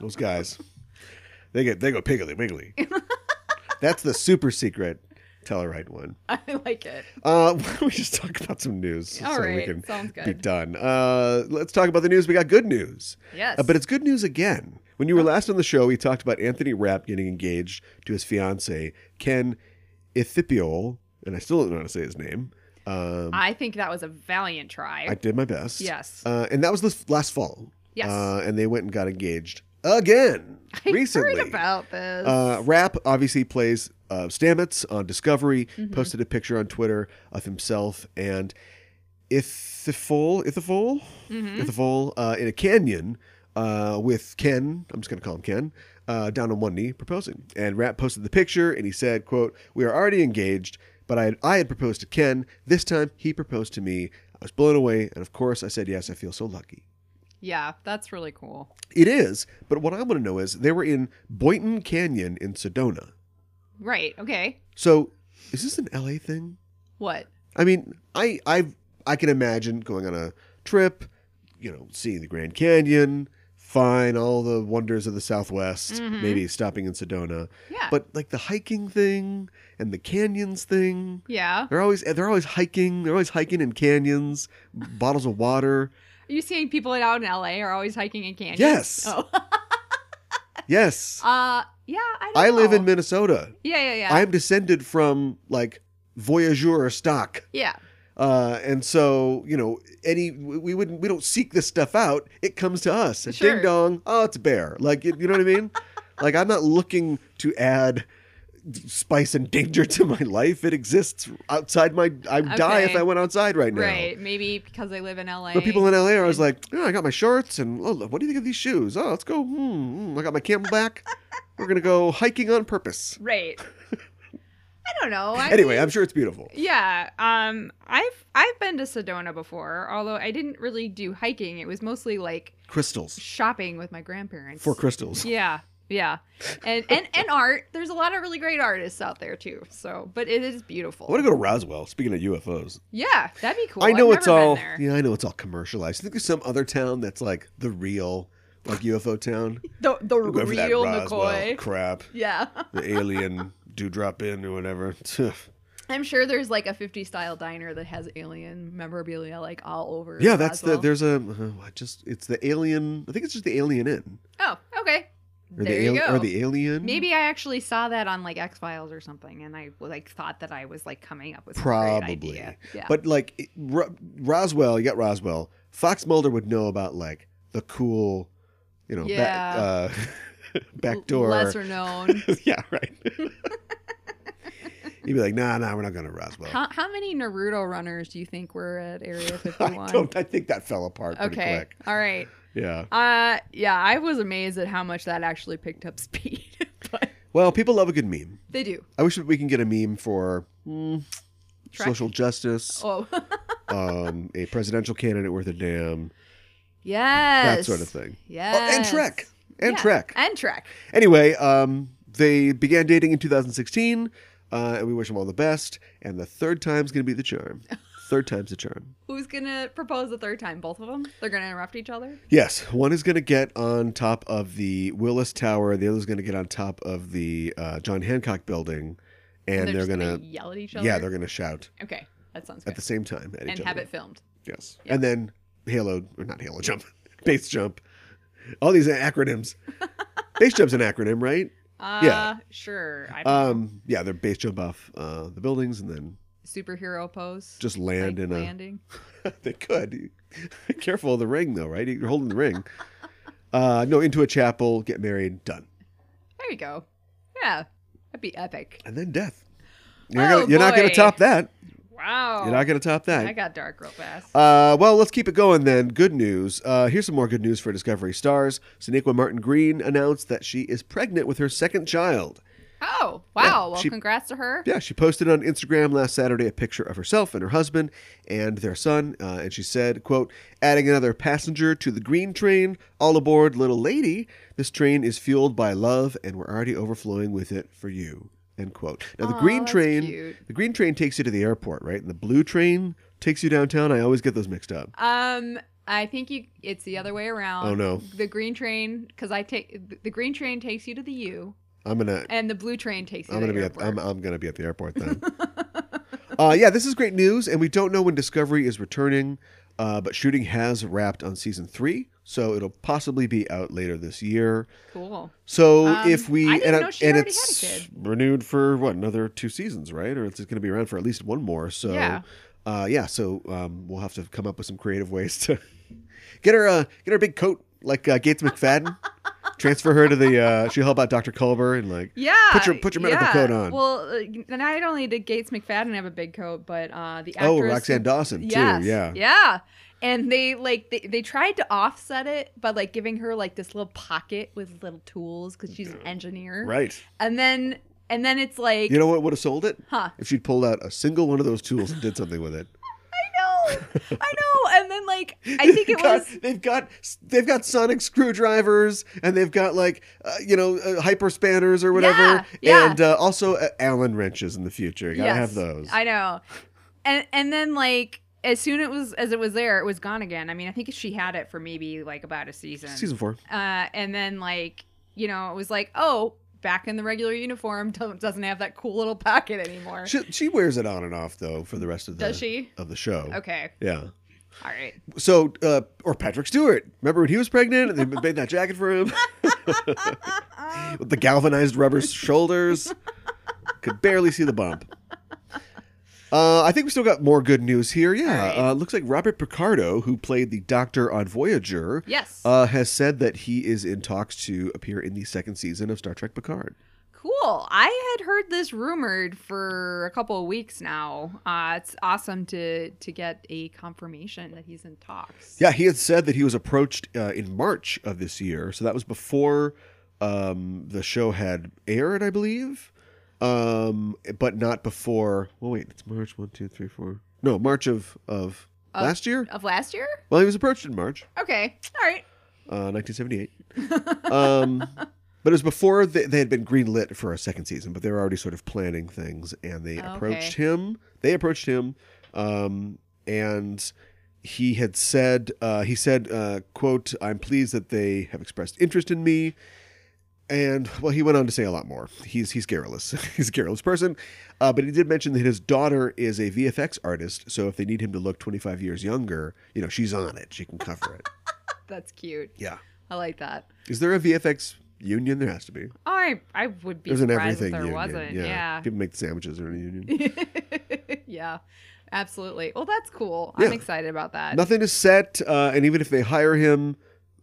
Speaker 1: those guys, they get they go piggly wiggly. that's the super secret Tellarite one.
Speaker 2: I like it.
Speaker 1: Uh, why don't we just talk about some news
Speaker 2: All
Speaker 1: so
Speaker 2: right,
Speaker 1: we can
Speaker 2: sounds
Speaker 1: be
Speaker 2: good.
Speaker 1: done? Uh, let's talk about the news. We got good news.
Speaker 2: Yes.
Speaker 1: Uh, but it's good news again. When
Speaker 2: Oh.
Speaker 1: you were last on the show, we talked about Anthony Rapp getting engaged to his fiancee, Ken Ithipiol, and I still don't know how to say his name. Um, I,
Speaker 2: I think that was a valiant try.
Speaker 1: did my best.
Speaker 2: Yes.
Speaker 1: Uh, and that was this last fall.
Speaker 2: Yes.
Speaker 1: Uh, and they went and got engaged again
Speaker 2: I
Speaker 1: recently.
Speaker 2: heard about this.
Speaker 1: Uh, Rap obviously plays uh, Stamets on Discovery. Posted a picture on Twitter of himself and Ithifol, Ithifol,
Speaker 2: Mhm.
Speaker 1: Ithifol uh, in a canyon uh, with Ken. I'm just going to call him Ken. Uh, down on one knee, proposing. And Rap posted the picture and he said, "Quote: We are already engaged, but I had, I had proposed to Ken. This time he proposed to me. I was blown away, and of course I said yes. I feel so lucky."
Speaker 2: yeah, that's really cool.
Speaker 1: It is, but what I want to know is they were in Boynton Canyon in Sedona.
Speaker 2: Right. Okay.
Speaker 1: So, is this an LA thing?
Speaker 2: What?
Speaker 1: I mean, I I I can imagine going on a trip, you know, seeing the Grand Canyon, fine, all the wonders of the Southwest,
Speaker 2: Mhm.
Speaker 1: maybe stopping in Sedona,
Speaker 2: Yeah.
Speaker 1: but like the hiking thing and the canyons thing,
Speaker 2: yeah.
Speaker 1: they're always they're always hiking, they're always hiking in canyons, bottles of water.
Speaker 2: Are you seeing people out in LA are always hiking in canyons?
Speaker 1: Yes.
Speaker 2: Oh.
Speaker 1: Yes.
Speaker 2: uh. Yeah. I. Don't
Speaker 1: I live
Speaker 2: know.
Speaker 1: in Minnesota.
Speaker 2: Yeah. Yeah. Yeah.
Speaker 1: I am descended from like voyageur stock.
Speaker 2: yeah.
Speaker 1: Uh, and so you know, any we we wouldn't we don't seek this stuff out. It comes to us.
Speaker 2: Sure.
Speaker 1: Ding dong. Oh, it's a bear. Like you you know what I mean? like I'm not looking to add spice and danger to my life. It exists outside my. I'd die if
Speaker 2: Okay.
Speaker 1: I went outside right now.
Speaker 2: Right. Maybe because I live in LA.
Speaker 1: But people in LA are always like, oh, I got my shorts and oh, what do you think of these shoes? Oh, let's go. Hmm, hmm, I got my camelback. We're gonna go hiking on purpose.
Speaker 2: Right. I don't know. I
Speaker 1: Anyway,
Speaker 2: mean-
Speaker 1: I'm sure it's beautiful.
Speaker 2: Yeah, um, I've I've been to Sedona before, although I didn't really do hiking. It was mostly like
Speaker 1: Crystals
Speaker 2: shopping with my grandparents.
Speaker 1: for crystals.
Speaker 2: yeah, yeah, and and and art. There's a lot of really great artists out there too. So, but it is beautiful.
Speaker 1: I want to go to Roswell. Speaking of UFOs,
Speaker 2: Yeah, that'd be cool.
Speaker 1: I know
Speaker 2: I've
Speaker 1: it's
Speaker 2: never been
Speaker 1: all
Speaker 2: there.
Speaker 1: yeah, I know it's all commercialized. I think there's some other town that's like the real like UFO town.
Speaker 2: the the
Speaker 1: I'm going for that
Speaker 2: real
Speaker 1: Roswell
Speaker 2: McCoy.
Speaker 1: crap.
Speaker 2: Yeah,
Speaker 1: The alien do drop in or whatever.
Speaker 2: I'm sure there's like a 50 style diner that has alien memorabilia like all over.
Speaker 1: yeah, that's the
Speaker 2: Roswell.
Speaker 1: there's a uh, I just it's the alien. I think it's just the alien in
Speaker 2: Oh, okay.
Speaker 1: or
Speaker 2: there
Speaker 1: the
Speaker 2: you
Speaker 1: al-
Speaker 2: go.
Speaker 1: or the alien.
Speaker 2: Maybe I actually saw that on like X Files or something, and I like thought that I was like coming up with some great
Speaker 1: Probably.
Speaker 2: idea. Yeah.
Speaker 1: But like it, Ro- Roswell, you got Roswell. Fox Mulder would know about like the cool, you know,
Speaker 2: Yeah.
Speaker 1: back, uh, back door.
Speaker 2: lesser known.
Speaker 1: yeah, right. You'd be like, nah, nah, we're not going to Roswell.
Speaker 2: how, how many Naruto runners do you think were at Area Fifty
Speaker 1: I
Speaker 2: One?
Speaker 1: don't. I think that fell apart pretty
Speaker 2: Okay,
Speaker 1: quick.
Speaker 2: all right.
Speaker 1: Yeah.
Speaker 2: Uh, yeah, I was amazed at how much that actually picked up speed, but
Speaker 1: Well, people love a good meme.
Speaker 2: they do.
Speaker 1: I wish that we can get a meme for mm,
Speaker 2: Trek.
Speaker 1: social justice,
Speaker 2: Oh,
Speaker 1: um, a presidential candidate worth a damn,
Speaker 2: yes,
Speaker 1: that sort of thing.
Speaker 2: Yes,
Speaker 1: Oh, and Trek. And
Speaker 2: Yeah,
Speaker 1: Trek.
Speaker 2: and Trek.
Speaker 1: Anyway, um, they began dating in 2016, uh, and we wish them all the best. And the third time's going to be the charm. Third time's the charm.
Speaker 2: Who's gonna propose the third time? Both of them? They're gonna interrupt each other?
Speaker 1: Yes, one is going to get on top of the Willis Tower, the other is going to get on top of the uh, John Hancock building, and they're,
Speaker 2: just
Speaker 1: going to
Speaker 2: yell at each other.
Speaker 1: yeah, they're going to shout
Speaker 2: okay. That sounds
Speaker 1: at
Speaker 2: good.
Speaker 1: the same time at
Speaker 2: And
Speaker 1: each
Speaker 2: have
Speaker 1: other.
Speaker 2: it filmed.
Speaker 1: Yes,
Speaker 2: Yeah.
Speaker 1: and then Halo or not Halo jump, base jump, all these acronyms. base jump's an acronym, right?
Speaker 2: Uh,
Speaker 1: Yeah.
Speaker 2: Sure. I
Speaker 1: Um, yeah, they're base jump off uh, the buildings and then
Speaker 2: Superhero pose.
Speaker 1: just land
Speaker 2: like,
Speaker 1: in a
Speaker 2: landing.
Speaker 1: they could. Careful of the ring, though, right? You're holding the ring. Uh, no, into a chapel, get married, done,
Speaker 2: There you go. Yeah. That'd be epic.
Speaker 1: and then death. You're,
Speaker 2: Oh,
Speaker 1: gonna, you're not going to
Speaker 2: boy.
Speaker 1: top that.
Speaker 2: Wow.
Speaker 1: You're not going to top
Speaker 2: I
Speaker 1: that.
Speaker 2: got dark real fast.
Speaker 1: Uh, well, let's keep it going then. Good news. Uh, here's some more good news for Discovery Stars. Sonequa Martin Green announced that she is pregnant with her second child.
Speaker 2: oh, wow.
Speaker 1: yeah,
Speaker 2: well,
Speaker 1: she-
Speaker 2: congrats to her.
Speaker 1: Yeah, she posted on Instagram last Saturday a picture of herself and her husband and their son, uh, and she said, "quote Adding another passenger to the green train. All aboard, little lady. This train is fueled by love, and we're already overflowing with it for you." End quote. Now the
Speaker 2: Aw,
Speaker 1: green
Speaker 2: Oh, that's
Speaker 1: train,
Speaker 2: cute.
Speaker 1: the green train takes you to the airport, right? And the blue train Takes You Downtown? I always get those mixed up.
Speaker 2: Um, I think you. It's the other way around.
Speaker 1: Oh, no.
Speaker 2: The green train, because I take the green train takes you to the U,
Speaker 1: I'm gonna
Speaker 2: and the blue train takes you.
Speaker 1: I'm
Speaker 2: to
Speaker 1: gonna
Speaker 2: the
Speaker 1: be at I'm,
Speaker 2: airport.
Speaker 1: I'm gonna be at the airport then. uh, yeah, this is great news, and we don't know when Discovery is returning, uh, but shooting has wrapped on season three, so it'll possibly be out later this year.
Speaker 2: cool.
Speaker 1: So
Speaker 2: Um,
Speaker 1: if we
Speaker 2: I didn't
Speaker 1: and,
Speaker 2: know she
Speaker 1: and
Speaker 2: already had a
Speaker 1: it's
Speaker 2: kid.
Speaker 1: renewed for what another two seasons, right? Or it's going to be around for at least one more. So
Speaker 2: Yeah.
Speaker 1: uh, yeah. So um, we'll have to come up with some creative ways to get her uh, get her a big coat like uh, Gates McFadden. Transfer her to the uh, she'll help out Dr. Culver and like
Speaker 2: Yeah.
Speaker 1: Put your- put your medical
Speaker 2: yeah.
Speaker 1: coat on.
Speaker 2: Well, uh, not only did Gates McFadden have a big coat, but uh, the actress
Speaker 1: oh Roxanne Dawson
Speaker 2: Yes,
Speaker 1: too. Yeah.
Speaker 2: Yeah. And they like they, they tried to offset it by like giving her like this little pocket with little tools because she's an
Speaker 1: Mm-hmm.
Speaker 2: engineer.
Speaker 1: Right.
Speaker 2: And then and then it's like
Speaker 1: You know what would have sold it
Speaker 2: huh.
Speaker 1: if she'd pulled out a single one of those tools and did something with it.
Speaker 2: I know. I know. And then like I think it
Speaker 1: God,
Speaker 2: was
Speaker 1: They've got they've got sonic screwdrivers and they've got like uh, you know uh, hyper spanners or whatever,
Speaker 2: Yeah, yeah.
Speaker 1: and uh, also uh, Allen wrenches in the future. You gotta
Speaker 2: Yes,
Speaker 1: have those.
Speaker 2: I know. And and then like as soon it was as it was there, it was gone again. I mean, I think she had it for maybe like about a season.
Speaker 1: Season four.
Speaker 2: Uh, and then like you know it was like oh back in the regular uniform don't, doesn't have that cool little pocket anymore.
Speaker 1: She, she wears it on and off though for the rest of the
Speaker 2: Does she?
Speaker 1: of the show.
Speaker 2: Okay.
Speaker 1: Yeah.
Speaker 2: All right.
Speaker 1: So uh, or Patrick Stewart. Remember when he was pregnant and they made that jacket for him with the galvanized rubber shoulders? Could barely see the bump. Uh, I think we still got more good news here. Yeah,
Speaker 2: All right.
Speaker 1: uh, looks like Robert Picardo, who played the Doctor on Voyager,
Speaker 2: yes.
Speaker 1: uh, has said that he is in talks to appear in the second season of Star Trek Picard.
Speaker 2: cool. I had heard this rumored for a couple of weeks now. Uh, it's awesome to to get a confirmation that he's in talks.
Speaker 1: Yeah, he had said that he was approached uh, in March of this year, so that was before um, the show had aired, I believe. Um, but not before. Well, wait, it's March one, two, three, four. No, March of of
Speaker 2: Of-
Speaker 1: last year.
Speaker 2: Of last year?
Speaker 1: Well, he was approached in March.
Speaker 2: Okay. All right.
Speaker 1: Uh, 1978. um, but it was before they, they had been greenlit for a second season, but they were already sort of planning things, and they
Speaker 2: Okay.
Speaker 1: approached him. They approached him, um, and he had said, uh, he said, uh, "quote I'm pleased that they have expressed interest in me." And well, he went on to say a lot more. He's he's garrulous. he's a garrulous person, uh, but he did mention that his daughter is a VFX artist. So if they need him to look 25 years younger, you know she's on it. She can cover it.
Speaker 2: That's cute.
Speaker 1: Yeah.
Speaker 2: I like that.
Speaker 1: Is there a VFX union? There has to be.
Speaker 2: Oh, I I would be
Speaker 1: There's an
Speaker 2: surprised
Speaker 1: everything
Speaker 2: if there
Speaker 1: union.
Speaker 2: wasn't.
Speaker 1: yeah.
Speaker 2: Yeah.
Speaker 1: People make sandwiches or a union.
Speaker 2: Yeah. Absolutely. Well, that's cool.
Speaker 1: Yeah.
Speaker 2: I'm excited about that.
Speaker 1: Nothing is set, uh, and even if they hire him,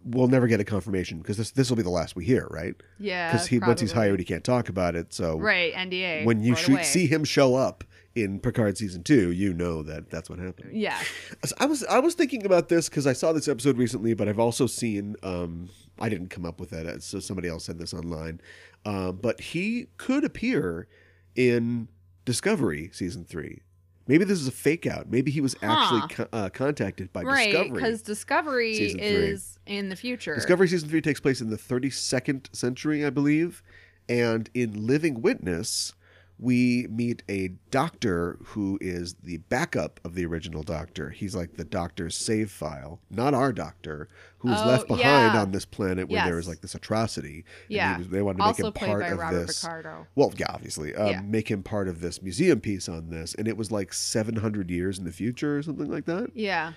Speaker 1: we'll never get a confirmation because this this will be the last we hear, right?
Speaker 2: yeah.
Speaker 1: Because he once he's
Speaker 2: probably.
Speaker 1: hired, he can't talk about it. So
Speaker 2: Right. NDA.
Speaker 1: when you
Speaker 2: right
Speaker 1: shoot,
Speaker 2: away.
Speaker 1: see him show up in Picard season two, you know that that's what happened.
Speaker 2: Yeah.
Speaker 1: So I was I was thinking about this because I saw this episode recently, but I've also seen um, I didn't come up with that, so somebody else said this online. Um, but he could appear in Discovery season three. Maybe this is a fake out. Maybe he was
Speaker 2: Huh.
Speaker 1: actually co- uh, contacted by
Speaker 2: right.
Speaker 1: Discovery.
Speaker 2: Because Discovery
Speaker 1: Season three.
Speaker 2: is in the future.
Speaker 1: Discovery season three takes place in the 32nd century, I believe, and in Living Witness, we meet a doctor who is the backup of the original doctor. He's like the doctor's save file, not our doctor, who was
Speaker 2: Oh,
Speaker 1: left behind
Speaker 2: yeah.
Speaker 1: on this planet where there was
Speaker 2: Yes.
Speaker 1: like this atrocity. and he
Speaker 2: Yeah.
Speaker 1: was- they wanted to
Speaker 2: also
Speaker 1: make him
Speaker 2: played
Speaker 1: part
Speaker 2: by
Speaker 1: of
Speaker 2: Robert
Speaker 1: this.
Speaker 2: Picardo.
Speaker 1: Well, yeah, obviously, um,
Speaker 2: Yeah.
Speaker 1: make him part of this museum piece on this, and it was like 700 years in the future or something like that.
Speaker 2: Yeah,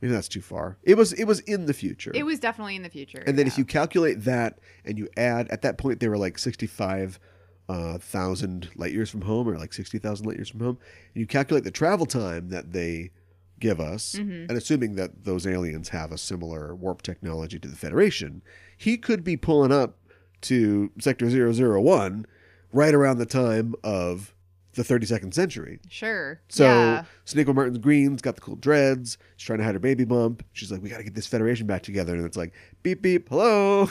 Speaker 1: Maybe that's too far. It was it was in the future.
Speaker 2: it was definitely in the future.
Speaker 1: And then if
Speaker 2: yeah.
Speaker 1: you calculate that and you add, at that point they were like sixty-five uh, thousand light years from home, or like sixty thousand light years from home. And you calculate the travel time that they give us, and
Speaker 2: Mhm.
Speaker 1: assuming that those aliens have a similar warp technology to the Federation, he could be pulling up to Sector 001 right around the time of the 32nd century.
Speaker 2: sure,
Speaker 1: So
Speaker 2: yeah,
Speaker 1: Snake Martin's Green's got the cool dreads. She's trying to hide her baby bump. She's like, we got to get this Federation back together. And it's like, beep, beep, hello.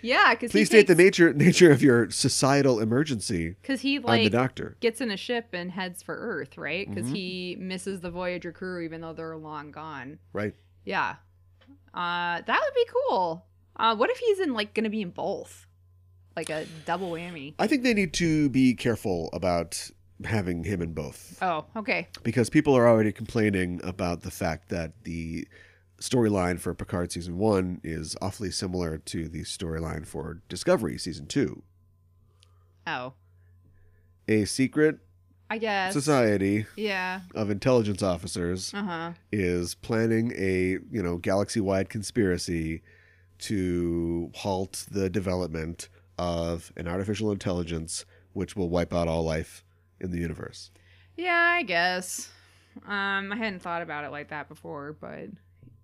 Speaker 2: yeah, because
Speaker 1: Please
Speaker 2: he
Speaker 1: state the nature nature of your societal emergency.
Speaker 2: because he
Speaker 1: I'm the
Speaker 2: like
Speaker 1: doctor.
Speaker 2: gets in a ship and heads for Earth, right?
Speaker 1: Mm-hmm.
Speaker 2: Because he misses the Voyager crew even though they're long gone.
Speaker 1: Right.
Speaker 2: Yeah, uh, that would be cool. Uh, what if he's in like gonna be in both, like a double whammy?
Speaker 1: I think they need to be careful about having him in both
Speaker 2: Oh, okay.
Speaker 1: because people are already complaining about the fact that the storyline for Picard season one is awfully similar to the storyline for Discovery season two.
Speaker 2: Oh,
Speaker 1: A secret
Speaker 2: I guess.
Speaker 1: society
Speaker 2: Yeah.
Speaker 1: of intelligence officers
Speaker 2: Uh huh.
Speaker 1: is planning a you know galaxy-wide conspiracy to halt the development of an artificial intelligence which will wipe out all life in the universe.
Speaker 2: Yeah, I guess. Um, I hadn't thought about it like that before, but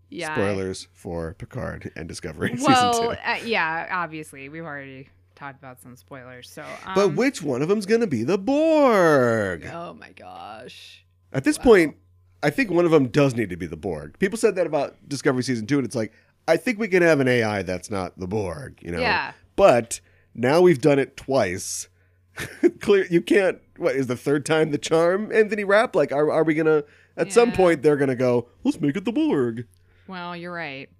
Speaker 2: yeah. I-
Speaker 1: Spoilers for Picard and Discovery
Speaker 2: Well,
Speaker 1: season two.
Speaker 2: uh, yeah, obviously we've already talked about some spoilers, so. Um,
Speaker 1: But which one of them's gonna be the Borg?
Speaker 2: Oh my gosh.
Speaker 1: At this
Speaker 2: Wow.
Speaker 1: point, I think one of them does need to be the Borg. People said that about Discovery season two, and it's like I think we can have an AI that's not the Borg. You know?
Speaker 2: Yeah.
Speaker 1: But now we've done it twice. Clear, you can't. What is the third time the charm? Anthony Rapp. Like, are are we gonna? At some
Speaker 2: Yeah.
Speaker 1: point, they're gonna go. Let's make it the Borg.
Speaker 2: Well, you're right.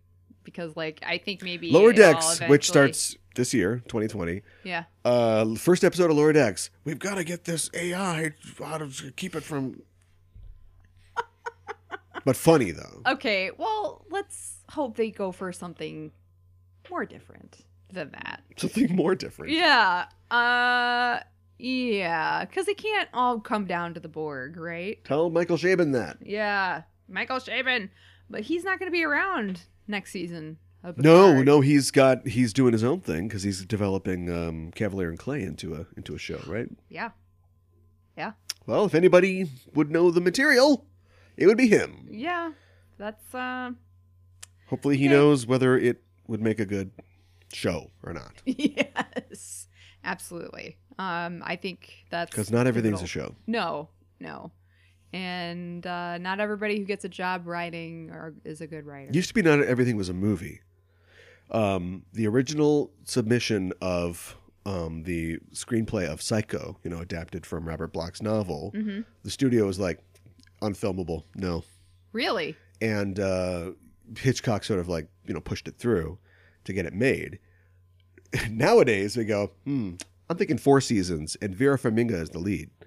Speaker 2: Because like I think maybe
Speaker 1: Lower
Speaker 2: it'll
Speaker 1: Decks, which
Speaker 2: eventually-
Speaker 1: starts this year, 2020.
Speaker 2: Yeah.
Speaker 1: Uh, first episode of Lower Decks. We've got to get this AI out of keep it from. but funny though.
Speaker 2: Okay. Well, let's hope they go for something more different than that.
Speaker 1: Something more different.
Speaker 2: Yeah. Uh yeah, cuz it can't all come down to the Borg, right?
Speaker 1: Tell Michael Shaban that.
Speaker 2: Yeah. Michael Shaven, but he's not going to be around next season. of
Speaker 1: No,
Speaker 2: Picard.
Speaker 1: no, he's got he's doing his own thing because he's developing um, Cavalier and Clay into a into a show, right?
Speaker 2: Yeah.
Speaker 1: Well, if anybody would know the material, it would be him.
Speaker 2: Yeah. That's uh
Speaker 1: Hopefully, he
Speaker 2: Okay.
Speaker 1: knows whether it would make a good show or not,
Speaker 2: yes. Absolutely. Um I think that's
Speaker 1: because not everything's
Speaker 2: pivotal.
Speaker 1: a show.
Speaker 2: No, no. And uh, not everybody who gets a job writing or is a good writer.
Speaker 1: Used to be not everything was a movie. Um, the original submission of um, the screenplay of Psycho, you know, adapted from Robert Bloch's novel,
Speaker 2: hmm
Speaker 1: the studio was like, unfilmable, no.
Speaker 2: Really?
Speaker 1: and uh, Hitchcock sort of like you know pushed it through to get it made. Nowadays we go, hmm, I'm thinking four seasons, and Vera Farmiga is the lead.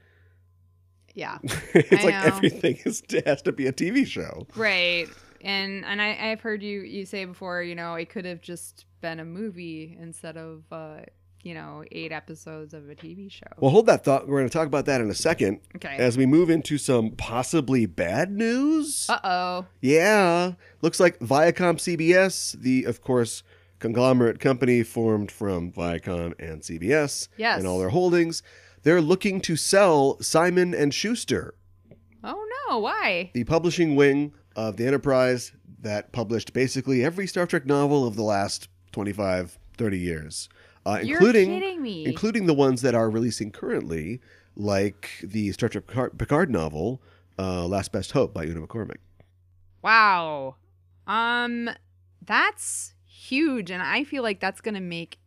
Speaker 2: Yeah.
Speaker 1: it's
Speaker 2: I
Speaker 1: like
Speaker 2: know.
Speaker 1: everything is, has to be a TV show.
Speaker 2: right. And and I, I've heard you you say before, you know, it could have just been a movie instead of uh, you know eight episodes of a TV show.
Speaker 1: Well, hold that thought. We're going to talk about that in a second
Speaker 2: okay.
Speaker 1: as we move into some possibly bad news.
Speaker 2: Uh oh.
Speaker 1: Yeah, looks like Viacom CBS, the of course conglomerate company formed from Viacom and CBS
Speaker 2: Yes.
Speaker 1: and all their holdings, they're looking to sell Simon and Schuster,
Speaker 2: Oh no. Why?
Speaker 1: the publishing wing of the enterprise that published basically every Star Trek novel of the last 25, 30 years, uh,
Speaker 2: You're
Speaker 1: including
Speaker 2: kidding me.
Speaker 1: including the ones that are releasing currently, like the Star Trek Picard- Picard novel, uh, Last Best Hope by Una McCormick.
Speaker 2: Wow. Um that's huge and I feel like that's going to make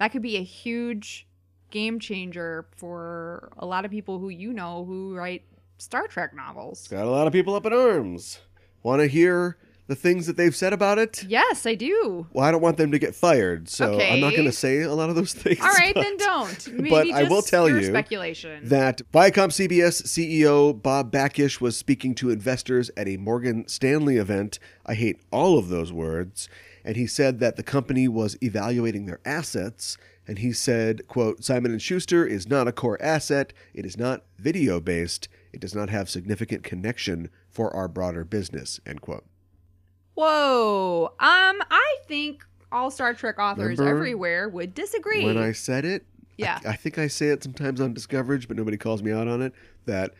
Speaker 2: that could be a huge game changer for a lot of people who you know who write Star Trek novels.
Speaker 1: Got a lot of people up in arms. Want to hear the things that they've said about it?
Speaker 2: Yes, I do.
Speaker 1: Well, I don't want them to get fired, so I'm not
Speaker 2: Okay.
Speaker 1: going to say a lot of those things.
Speaker 2: All right,
Speaker 1: but
Speaker 2: then don't. Maybe
Speaker 1: but
Speaker 2: just
Speaker 1: I will tell
Speaker 2: pure
Speaker 1: you
Speaker 2: speculation.
Speaker 1: That Viacom CBS CEO E Bob Bakish was speaking to investors at a Morgan Stanley event. I hate all of those words. And he said that the company was evaluating their assets. And he said, quote, Simon & Schuster is not a core asset. It is not video based. It does not have significant connection for our broader business, end quote.
Speaker 2: Whoa. Um I think all Star Trek authors
Speaker 1: Remember
Speaker 2: everywhere would disagree.
Speaker 1: when I said it. I-
Speaker 2: Yeah.
Speaker 1: I, think I say it sometimes on Discoverage, but nobody calls me out on it. That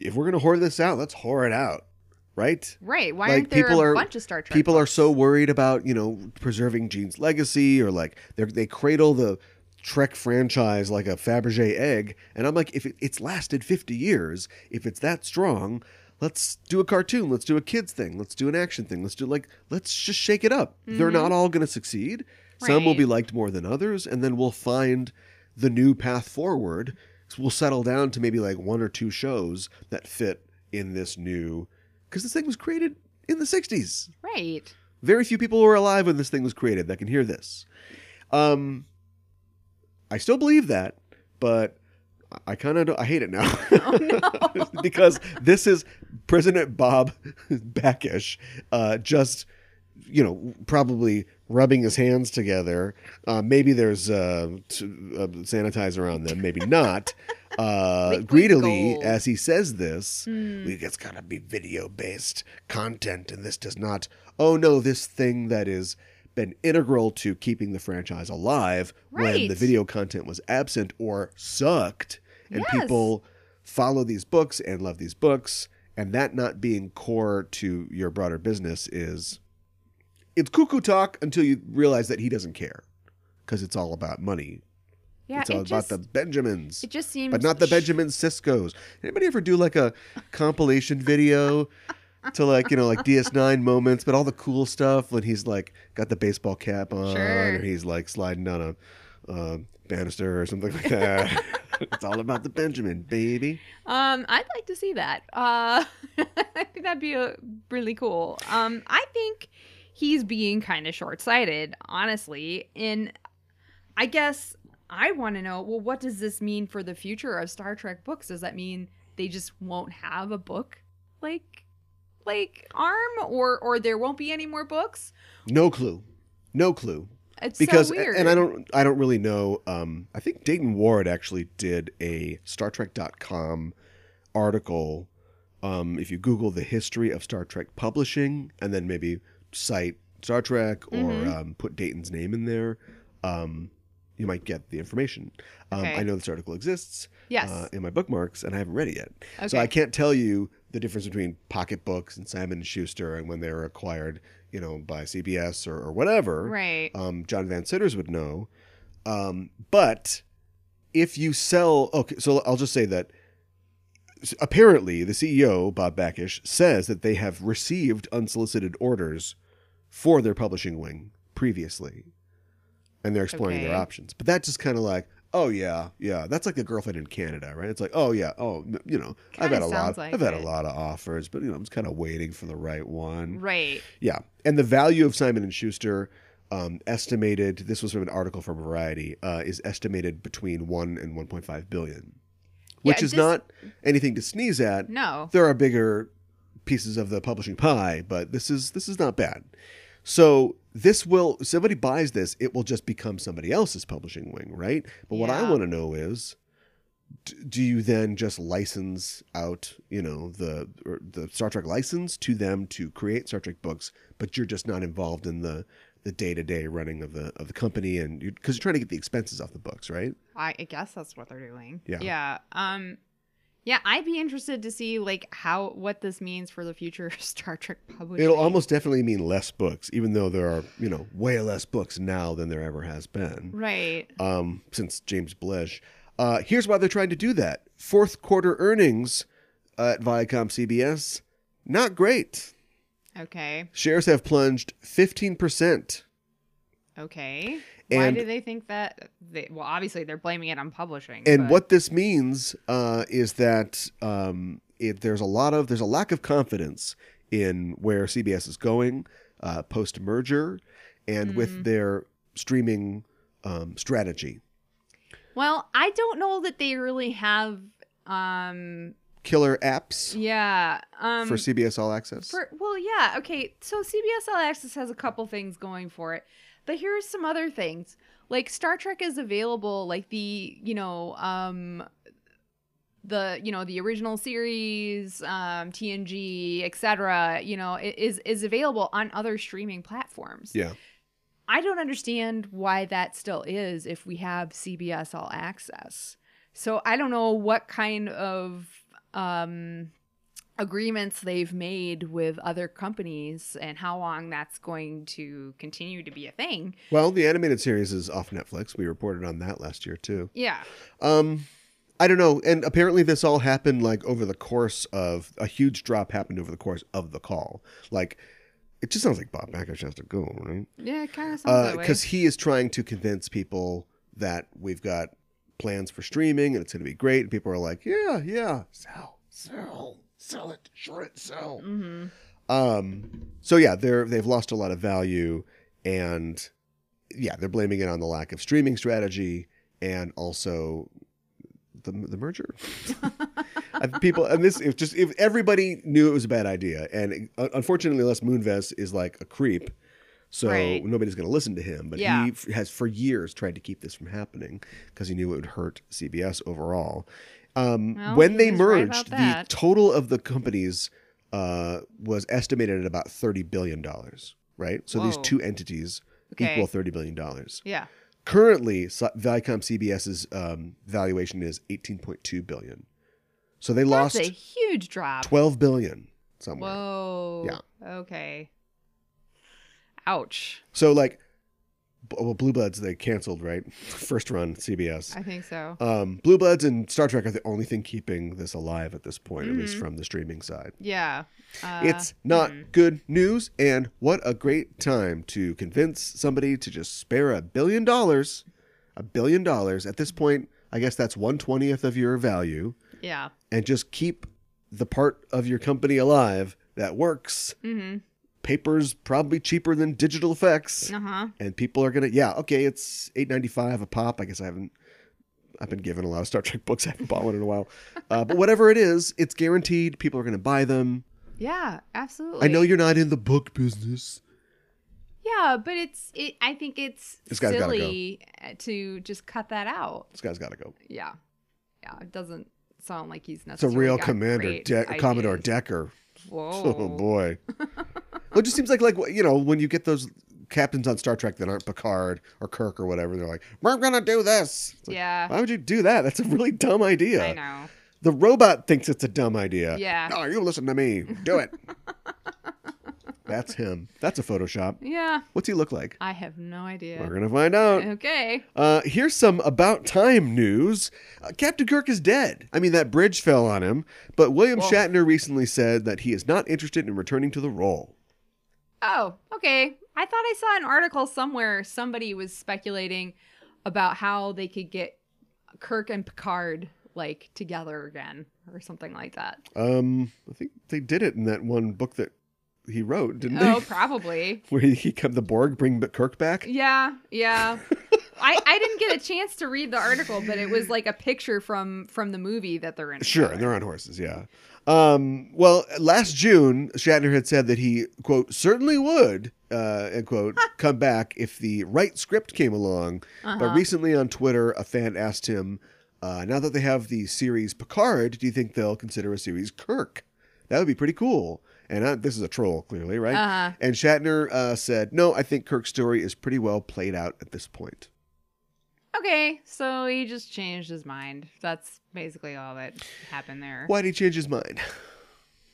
Speaker 1: if we're gonna whore this out, let's whore it out, right?
Speaker 2: right. Why
Speaker 1: like,
Speaker 2: aren't there
Speaker 1: people
Speaker 2: a
Speaker 1: are-
Speaker 2: bunch of Star Trek?
Speaker 1: People are
Speaker 2: books?
Speaker 1: so worried about you know preserving Gene's legacy, or like they they cradle the Trek franchise like a Fabergé egg, and I'm like, if it, it's lasted 50 years, if it's that strong. Let's do a cartoon. Let's do a kids thing. Let's do an action thing. Let's do like let's just shake it up. They're
Speaker 2: Mhm.
Speaker 1: not all going to succeed. Some will
Speaker 2: Right.
Speaker 1: be liked more than others, and then we'll find the new path forward. So we'll settle down to maybe like one or two shows that fit in this new. Because this thing was created in the 60s.
Speaker 2: Right.
Speaker 1: Very few people were alive when this thing was created that can hear this. Um, I still believe that, but I kind of I hate it now
Speaker 2: Oh, no.
Speaker 1: because this is President Bob Backish, uh, just you know probably rubbing his hands together. Uh, maybe there's uh, t- uh, sanitizer on them, maybe not. Uh,
Speaker 2: Liquid
Speaker 1: greedily
Speaker 2: gold.
Speaker 1: as he says this,
Speaker 2: Mm.
Speaker 1: we it's gotta be video based content, and this does not. Oh no, this thing that is been integral to keeping the franchise alive when
Speaker 2: Right.
Speaker 1: the video content was absent or sucked, and
Speaker 2: Yes.
Speaker 1: people follow these books and love these books, and that not being core to your broader business is it's cuckoo talk until you realize that he doesn't care because it's all about money.
Speaker 2: Yeah,
Speaker 1: it's all
Speaker 2: it
Speaker 1: about
Speaker 2: just
Speaker 1: the Benjamins
Speaker 2: it just seems
Speaker 1: but not the
Speaker 2: sh-
Speaker 1: Benjamin Cisco's. Anybody ever do like a compilation video to like you know like DS9 moments, but all the cool stuff when he's like got the baseball cap on,
Speaker 2: Sure.
Speaker 1: or he's like sliding down a uh, banister or something like that. it's all about the Benjamin, baby.
Speaker 2: Um, I'd like to see that. Uh, I think that'd be uh really cool. Um, I think he's being kind of short-sighted, honestly. And I guess I want to know. Well, what does this mean for the future of Star Trek books? Does that mean they just won't have a book like, like Arm, or or there won't be any more books?
Speaker 1: No clue, no clue.
Speaker 2: It's
Speaker 1: Because
Speaker 2: so weird.
Speaker 1: and I don't I don't really know. Um, I think Dayton Ward actually did a Star Trek.com article. Um, if you Google the history of Star Trek publishing and then maybe cite Star Trek or
Speaker 2: Mhm.
Speaker 1: um, put Dayton's name in there, um, you might get the information. Um,
Speaker 2: Okay.
Speaker 1: I know this article exists
Speaker 2: Yes.
Speaker 1: uh, in my bookmarks, and I haven't read it yet.
Speaker 2: okay.
Speaker 1: So I can't tell you the difference between pocketbooks and Simon and Schuster and when they were acquired, you know, by CBS or, or whatever
Speaker 2: Right.
Speaker 1: um, John Van Sitters would know. Um, but if you sell, okay, so I'll just say that s- apparently the CEO, Bob Backish, says that they have received unsolicited orders for their publishing wing previously and they're exploring their
Speaker 2: Okay.
Speaker 1: options. But that's just kind of like, oh, yeah, yeah, that's like a girlfriend in Canada, right? It's like, oh, yeah, oh, n- you know, I've
Speaker 2: Kinda
Speaker 1: had a lot,
Speaker 2: sounds like
Speaker 1: I've had
Speaker 2: it.
Speaker 1: a lot of offers, but you know, I'm just kind of waiting for the right one.
Speaker 2: right.
Speaker 1: Yeah, and the value of Simon and Schuster, um, estimated. This was from an article from Variety. Uh, is estimated between one and one point five billion, which
Speaker 2: Yeah,
Speaker 1: is
Speaker 2: this-
Speaker 1: not anything to sneeze at.
Speaker 2: No.
Speaker 1: There are bigger pieces of the publishing pie, but this is this is not bad. So this will if somebody buys this, it will just become somebody else's publishing wing, right? But what I
Speaker 2: Yeah.
Speaker 1: want to know is. d- Do you then just license out, you know, the or the Star Trek license to them to create Star Trek books but you're just not involved in the the day to day running of the of the company and because you're, trying to get the expenses off the books, right?
Speaker 2: I, I guess that's what they're doing.
Speaker 1: Yeah.
Speaker 2: Yeah. Um yeah, I'd be interested to see like how what this means for the future of Star Trek publishing.
Speaker 1: It'll almost definitely mean less books, even though there are you know way less books now than there ever has been
Speaker 2: Right.
Speaker 1: um, since James Blish. Uh, here's why they're trying to do that: fourth quarter earnings uh, at Viacom CBS not great.
Speaker 2: Okay.
Speaker 1: Shares have plunged 15 percent.
Speaker 2: Okay. Why
Speaker 1: And-
Speaker 2: do they think that they well obviously they're blaming it on publishing.
Speaker 1: And
Speaker 2: but-
Speaker 1: what this means uh, is that um, it, there's a lot of there's a lack of confidence in where CBS is going uh, post merger, and with
Speaker 2: Mm.
Speaker 1: their streaming um, strategy,
Speaker 2: Well, I don't know that they really have um
Speaker 1: killer apps
Speaker 2: yeah. Um
Speaker 1: for CBS All Access.
Speaker 2: For, well, yeah, okay. So CBS All Access has a couple things going for it, but here's some other things. Like Star Trek is available, like the you know, um, the you know the original series, um, TNG, etc. You know, i- is is available on other streaming platforms.
Speaker 1: yeah,
Speaker 2: I don't understand why that still is if we have CBS All Access. So I don't know what kind of um, agreements they've made with other companies and how long that's going to continue to be a thing.
Speaker 1: well, the animated series is off Netflix. We reported on that last year too.
Speaker 2: Yeah.
Speaker 1: Um, I don't know. And apparently, this all happened like over the course of a huge drop happened over the course of the call. Like, it just sounds like Bob Backish has to go, right?
Speaker 2: Yeah, it kind of sounds that way.
Speaker 1: Because he is trying to convince people that we've got plans for streaming and it's going to be great. And people are like, yeah, yeah, sell, sell, sell it, sure it, sell.
Speaker 2: hmm
Speaker 1: Um, so yeah, they're they've lost a lot of value, and yeah, they're blaming it on the lack of streaming strategy and also the, the merger. I've- people and this if just if everybody knew it was a bad idea, and uh, unfortunately, Les Moonves is like a creep, so
Speaker 2: Right.
Speaker 1: nobody's going to listen to him. But
Speaker 2: Yeah.
Speaker 1: he f- has for years tried to keep this from happening because he knew it would hurt CBS overall. Um,
Speaker 2: Well,
Speaker 1: when
Speaker 2: he
Speaker 1: they
Speaker 2: was right
Speaker 1: merged,
Speaker 2: about
Speaker 1: the
Speaker 2: that.
Speaker 1: total of the companies uh, was estimated at about thirty billion dollars. Right, so these
Speaker 2: Whoa.
Speaker 1: two entities
Speaker 2: Okay.
Speaker 1: equal thirty billion dollars
Speaker 2: Yeah.
Speaker 1: currently so- Viacom CBS's um, valuation is 18.2 billion. So they lost
Speaker 2: That's a huge drop.
Speaker 1: 12 billion somewhere.
Speaker 2: Whoa. Okay. Ouch.
Speaker 1: So like b- well Blue Bloods they canceled, right? First run CBS.
Speaker 2: I think so.
Speaker 1: Um, Blue Bloods and Star Trek are the only thing keeping this alive at this point, at least
Speaker 2: Mhm.
Speaker 1: from the streaming side.
Speaker 2: Yeah. Uh,
Speaker 1: it's not
Speaker 2: hmm.
Speaker 1: good news, and what a great time to convince somebody to just spare a billion dollars. A billion dollars. At this point, I guess that's one twentieth of your value.
Speaker 2: Yeah.
Speaker 1: and just keep the part of your company alive that works.
Speaker 2: Mm-hmm.
Speaker 1: Paper's probably cheaper than digital effects,
Speaker 2: Uh huh.
Speaker 1: and people are gonna yeah okay it's eight ninety five a pop. I guess I haven't I've been given a lot of Star Trek books. I haven't bought one in a while, uh, but whatever it is, it's guaranteed. People are gonna buy them.
Speaker 2: Yeah. Absolutely.
Speaker 1: I know you're not in the book business.
Speaker 2: Yeah, but it's. It, I think it's
Speaker 1: This guy's gotta go.
Speaker 2: silly uh, to just cut that out.
Speaker 1: This guy's gotta go.
Speaker 2: Yeah. Yeah. It doesn't sound like he's
Speaker 1: It's a
Speaker 2: necessarily.
Speaker 1: real
Speaker 2: got
Speaker 1: Commander
Speaker 2: great
Speaker 1: De- Commodore
Speaker 2: ideas.
Speaker 1: Decker.
Speaker 2: Whoa.
Speaker 1: Oh boy. well, it just seems like like you know when you get those captains on Star Trek that aren't Picard or Kirk or whatever, they're like, "We're gonna do this." It's like,
Speaker 2: Yeah.
Speaker 1: Why would you do that? That's a really dumb idea.
Speaker 2: I know.
Speaker 1: The robot thinks it's a dumb idea.
Speaker 2: Yeah.
Speaker 1: No, you listen to me. Do it. That's him. That's a Photoshop.
Speaker 2: Yeah.
Speaker 1: What's he look like?
Speaker 2: I have no idea.
Speaker 1: We're gonna find out.
Speaker 2: Okay.
Speaker 1: Uh, here's some about time news. Uh, Captain Kirk is dead. I mean, that bridge fell on him, but William
Speaker 2: Whoa.
Speaker 1: Shatner recently said that he is not interested in returning to the role.
Speaker 2: Oh, okay. I thought I saw an article somewhere. Somebody was speculating about how they could get Kirk and Picard like together again or something like that.
Speaker 1: Um, I think they did it in that one book that he wrote, didn't
Speaker 2: Oh,
Speaker 1: they?
Speaker 2: probably.
Speaker 1: Where he, he come the Borg bring B- Kirk back.
Speaker 2: Yeah, yeah. I, I didn't get a chance to read the article, but it was like a picture from from the movie that they're in.
Speaker 1: Sure,
Speaker 2: together.
Speaker 1: they're on horses. Yeah. Um, well, last June, Shatner had said that he quote certainly would uh, end quote come back if the right script came along. But
Speaker 2: Uh-huh.
Speaker 1: recently on Twitter, a fan asked him, uh, "Now that they have the series Picard, do you think they'll consider a series Kirk? That would be pretty cool." And I, this is a troll, clearly, right?
Speaker 2: Uh-huh.
Speaker 1: And Shatner uh, said, "No, I think Kirk's story is pretty well played out at this point."
Speaker 2: Uh-huh. Okay, so he just changed his mind. That's basically all that happened there.
Speaker 1: Why'd he change his mind?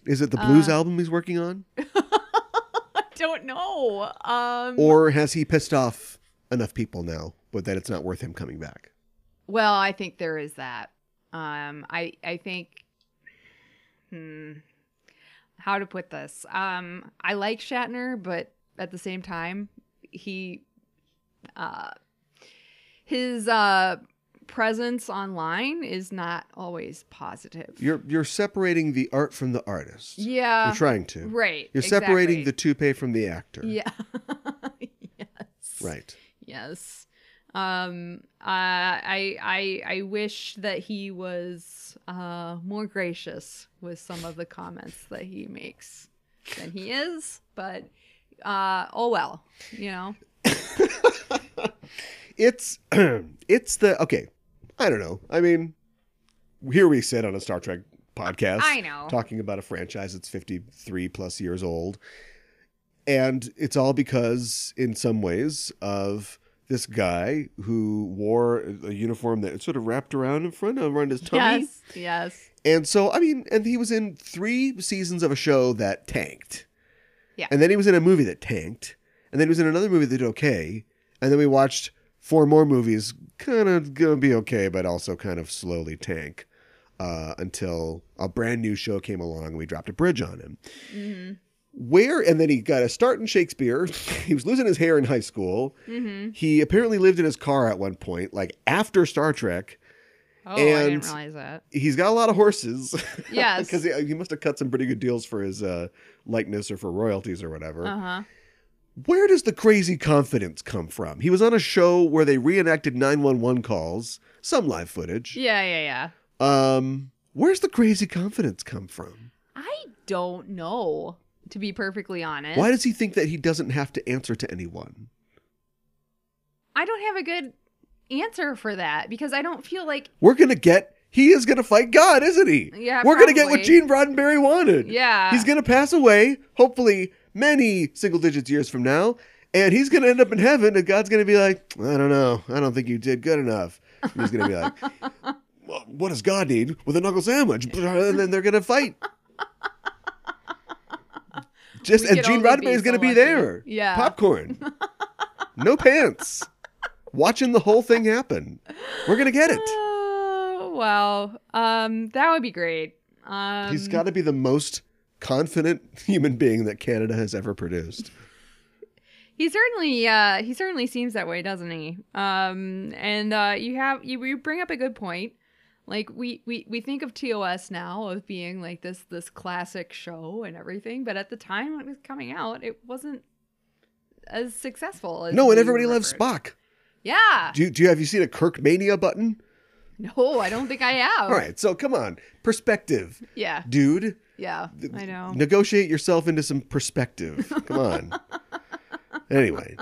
Speaker 1: Is it the blues
Speaker 2: Uh,
Speaker 1: album he's working on,
Speaker 2: I don't know. Um
Speaker 1: or has he pissed off enough people now, but that it's not worth him coming back?
Speaker 2: Well, I think there is that. Um, I I think, hmm, how to put this? Um, I like Shatner, but at the same time, he, uh, his uh presence online is not always positive.
Speaker 1: You're you're separating the art from the artist.
Speaker 2: yeah,
Speaker 1: you're trying to.
Speaker 2: right.
Speaker 1: You're separating the
Speaker 2: exactly.
Speaker 1: toupee from the actor.
Speaker 2: Yeah. yes.
Speaker 1: Right.
Speaker 2: Yes. Um I I I I wish that he was uh more gracious with some of the comments that he makes than he is, but uh oh well, you know.
Speaker 1: It's it's the okay. I don't know. I mean, here we sit on a Star Trek podcast.
Speaker 2: I know.
Speaker 1: talking about a franchise that's 53 plus years old. And it's all because, in some ways, of this guy who wore a uniform that sort of wrapped around in front of around his tummy.
Speaker 2: Yes. Yes.
Speaker 1: And so, I mean, and he was in three seasons of a show that tanked.
Speaker 2: Yeah.
Speaker 1: And then he was in a movie that tanked. And then he was in another movie that did okay. And then we watched four more movies, kind of gonna be okay, but also kind of slowly tank uh, until a brand new show came along and we dropped a bridge on him.
Speaker 2: Mhm.
Speaker 1: Where, and then he got a start in Shakespeare. he was losing his hair in high school.
Speaker 2: Mhm.
Speaker 1: He apparently lived in his car at one point, like after Star Trek.
Speaker 2: Oh, I
Speaker 1: And-
Speaker 2: didn't realize that.
Speaker 1: He's got a lot of horses.
Speaker 2: Yes.
Speaker 1: because he, he must have cut some pretty good deals for his uh, likeness or for royalties or whatever.
Speaker 2: Uh-huh.
Speaker 1: where does the crazy confidence come from? He was on a show where they reenacted 911 calls, some live footage.
Speaker 2: Yeah, yeah, yeah.
Speaker 1: Um, where's the crazy confidence come from?
Speaker 2: I don't know, to be perfectly honest.
Speaker 1: Why does he think that he doesn't have to answer to anyone?
Speaker 2: I don't have a good answer for that because I don't feel like
Speaker 1: We're gonna get. He is gonna fight God, isn't he?
Speaker 2: Yeah,
Speaker 1: We're gonna get what
Speaker 2: probably.
Speaker 1: Gene Roddenberry wanted.
Speaker 2: Yeah.
Speaker 1: He's gonna pass away, hopefully many single digits years from now, and he's gonna end up in heaven, and God's gonna be like, I don't know, I don't think you did good enough. And he's gonna be like, well, What does God need with a knuckle sandwich? And then they're gonna fight. Just
Speaker 2: We
Speaker 1: and
Speaker 2: could
Speaker 1: Gene
Speaker 2: only be
Speaker 1: Roddenberry's gonna
Speaker 2: so
Speaker 1: be
Speaker 2: lucky.
Speaker 1: there.
Speaker 2: Yeah.
Speaker 1: Popcorn. No pants. Watching the whole thing happen. We're gonna get it.
Speaker 2: Oh, wow. Um, that would be great. Um,
Speaker 1: He's got to be the most confident human being that Canada has ever produced.
Speaker 2: He certainly, uh, he certainly seems that way, doesn't he? Um, and uh, you have you, you bring up a good point. Like we, we we think of TOS now of being like this this classic show and everything, but at the time when it was coming out, it wasn't as successful. As
Speaker 1: No, and
Speaker 2: we
Speaker 1: everybody loves
Speaker 2: remembered.
Speaker 1: Spock.
Speaker 2: Yeah.
Speaker 1: Do you, do you have you seen a Kirk Mania button?
Speaker 2: No, I don't think I have.
Speaker 1: All right, so come on, perspective,
Speaker 2: Yeah.
Speaker 1: dude.
Speaker 2: Yeah. I know.
Speaker 1: Negotiate yourself into some perspective. Come on. anyway,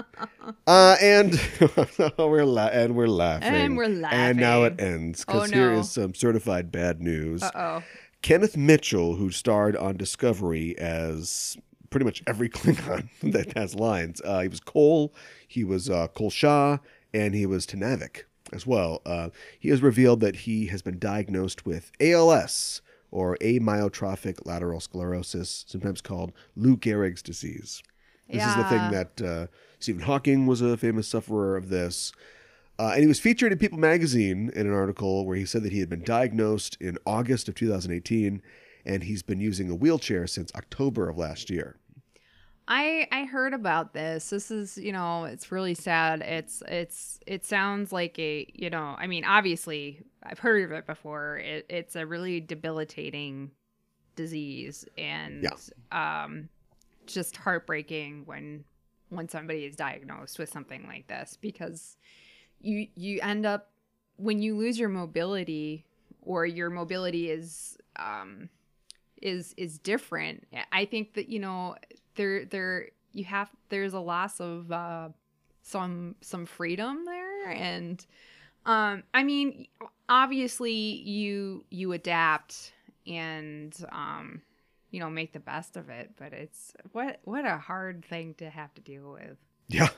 Speaker 1: uh, and we're la- and we're laughing,
Speaker 2: And we're
Speaker 1: and now it
Speaker 2: laughing.
Speaker 1: ends because
Speaker 2: Oh,
Speaker 1: here
Speaker 2: no.
Speaker 1: is some certified bad news.
Speaker 2: Uh oh.
Speaker 1: Kenneth Mitchell, who starred on Discovery as pretty much every Klingon that has lines. Uh, he was Cole, he was uh, Cole Shah, and he was Tanavik as well. Uh, he has revealed that he has been diagnosed with ALS, or amyotrophic lateral sclerosis, sometimes called Lou Gehrig's disease. This is the
Speaker 2: Yeah.
Speaker 1: thing that uh, Stephen Hawking was a famous sufferer of this. Uh, and he was featured in People magazine in an article where he said that he had been diagnosed in August of 2018 and he's been using a wheelchair since October of last year.
Speaker 2: I I heard about this. This is, you know, it's really sad. It's it's it sounds like a, you know, I mean, obviously I've heard of it before. It, it's a really debilitating disease and um just heartbreaking when when somebody is diagnosed with something like this because you you end up when you lose your mobility or your mobility is um is is different i think that you know there there you have there's a loss of uh some some freedom there and um i mean obviously you you adapt and um you know make the best of it but it's what what a hard thing to have to deal with
Speaker 1: Yeah.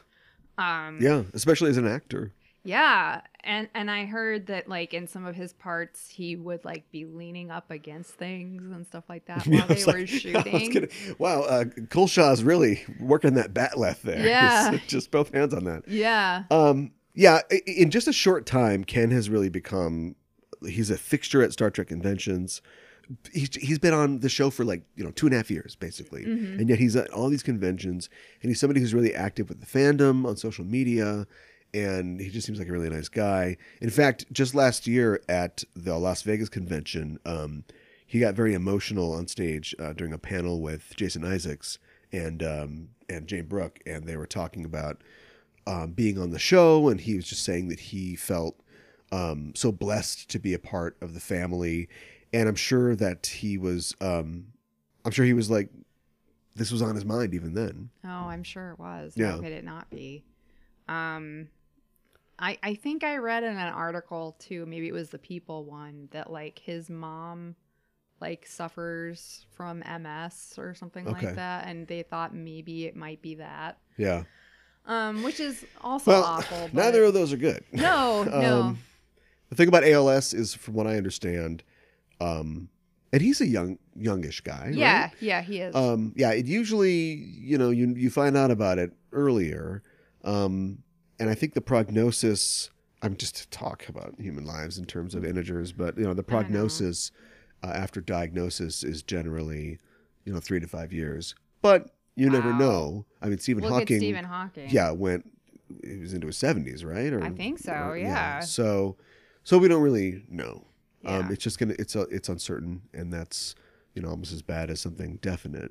Speaker 2: um
Speaker 1: Yeah. Especially as an actor.
Speaker 2: yeah, and and I heard that like in some of his parts he would like be leaning up against things and stuff like that
Speaker 1: Yeah,
Speaker 2: while
Speaker 1: I
Speaker 2: they
Speaker 1: was
Speaker 2: were
Speaker 1: like- I was
Speaker 2: shooting.
Speaker 1: gonna- wow. Uh, Cole Shaw's really working that bat left there.
Speaker 2: Yeah.
Speaker 1: Just both hands on that.
Speaker 2: Yeah.
Speaker 1: Um, yeah, i- in just a short time, Ken has really become he's a fixture at Star Trek conventions. He's, he's been on the show for like you know two and a half years
Speaker 2: Mm-hmm.
Speaker 1: basically, and yet he's at all these conventions, and he's somebody who's really active with the fandom on social media, and he just seems like a really nice guy. In fact, just last year at the Las Vegas convention, um, he got very emotional on stage uh, during a panel with Jason Isaacs and um, and Jane Brooke, and they were talking about um, being on the show, and he was just saying that he felt um, so blessed to be a part of the family, and I'm sure that he was, um, I'm sure he was like, this was on his mind even then.
Speaker 2: Oh, I'm sure it was.
Speaker 1: Yeah.
Speaker 2: How could it not be? Um I I think I read in an article too, maybe it was the people one, that like his mom like suffers from MS or something
Speaker 1: Okay.
Speaker 2: like that and they thought maybe it might be that.
Speaker 1: Yeah.
Speaker 2: Um which is also
Speaker 1: Well,
Speaker 2: awful. but-
Speaker 1: neither of those are good.
Speaker 2: No, no.
Speaker 1: Um, The thing about ALS is, from what I understand, um, and he's a young, youngish guy.
Speaker 2: yeah,
Speaker 1: right?
Speaker 2: yeah, he is.
Speaker 1: Um, yeah, it usually, you know, you you find out about it earlier, um, and I think the prognosis. I'm just to talk about human lives in terms of integers, but you know, the
Speaker 2: don't know.
Speaker 1: prognosis uh, after diagnosis is generally, you know, three to five years. But you never
Speaker 2: Wow.
Speaker 1: know. I mean, Stephen
Speaker 2: Look
Speaker 1: Hawking.
Speaker 2: at Stephen Hawking.
Speaker 1: Yeah, um, went. He was into his seventies, right? Or
Speaker 2: I think so,
Speaker 1: or-
Speaker 2: yeah.
Speaker 1: So, so we don't really know. Um,
Speaker 2: Yeah.
Speaker 1: it's just gonna. It's a. It's uncertain, and that's you know almost as bad as something definite.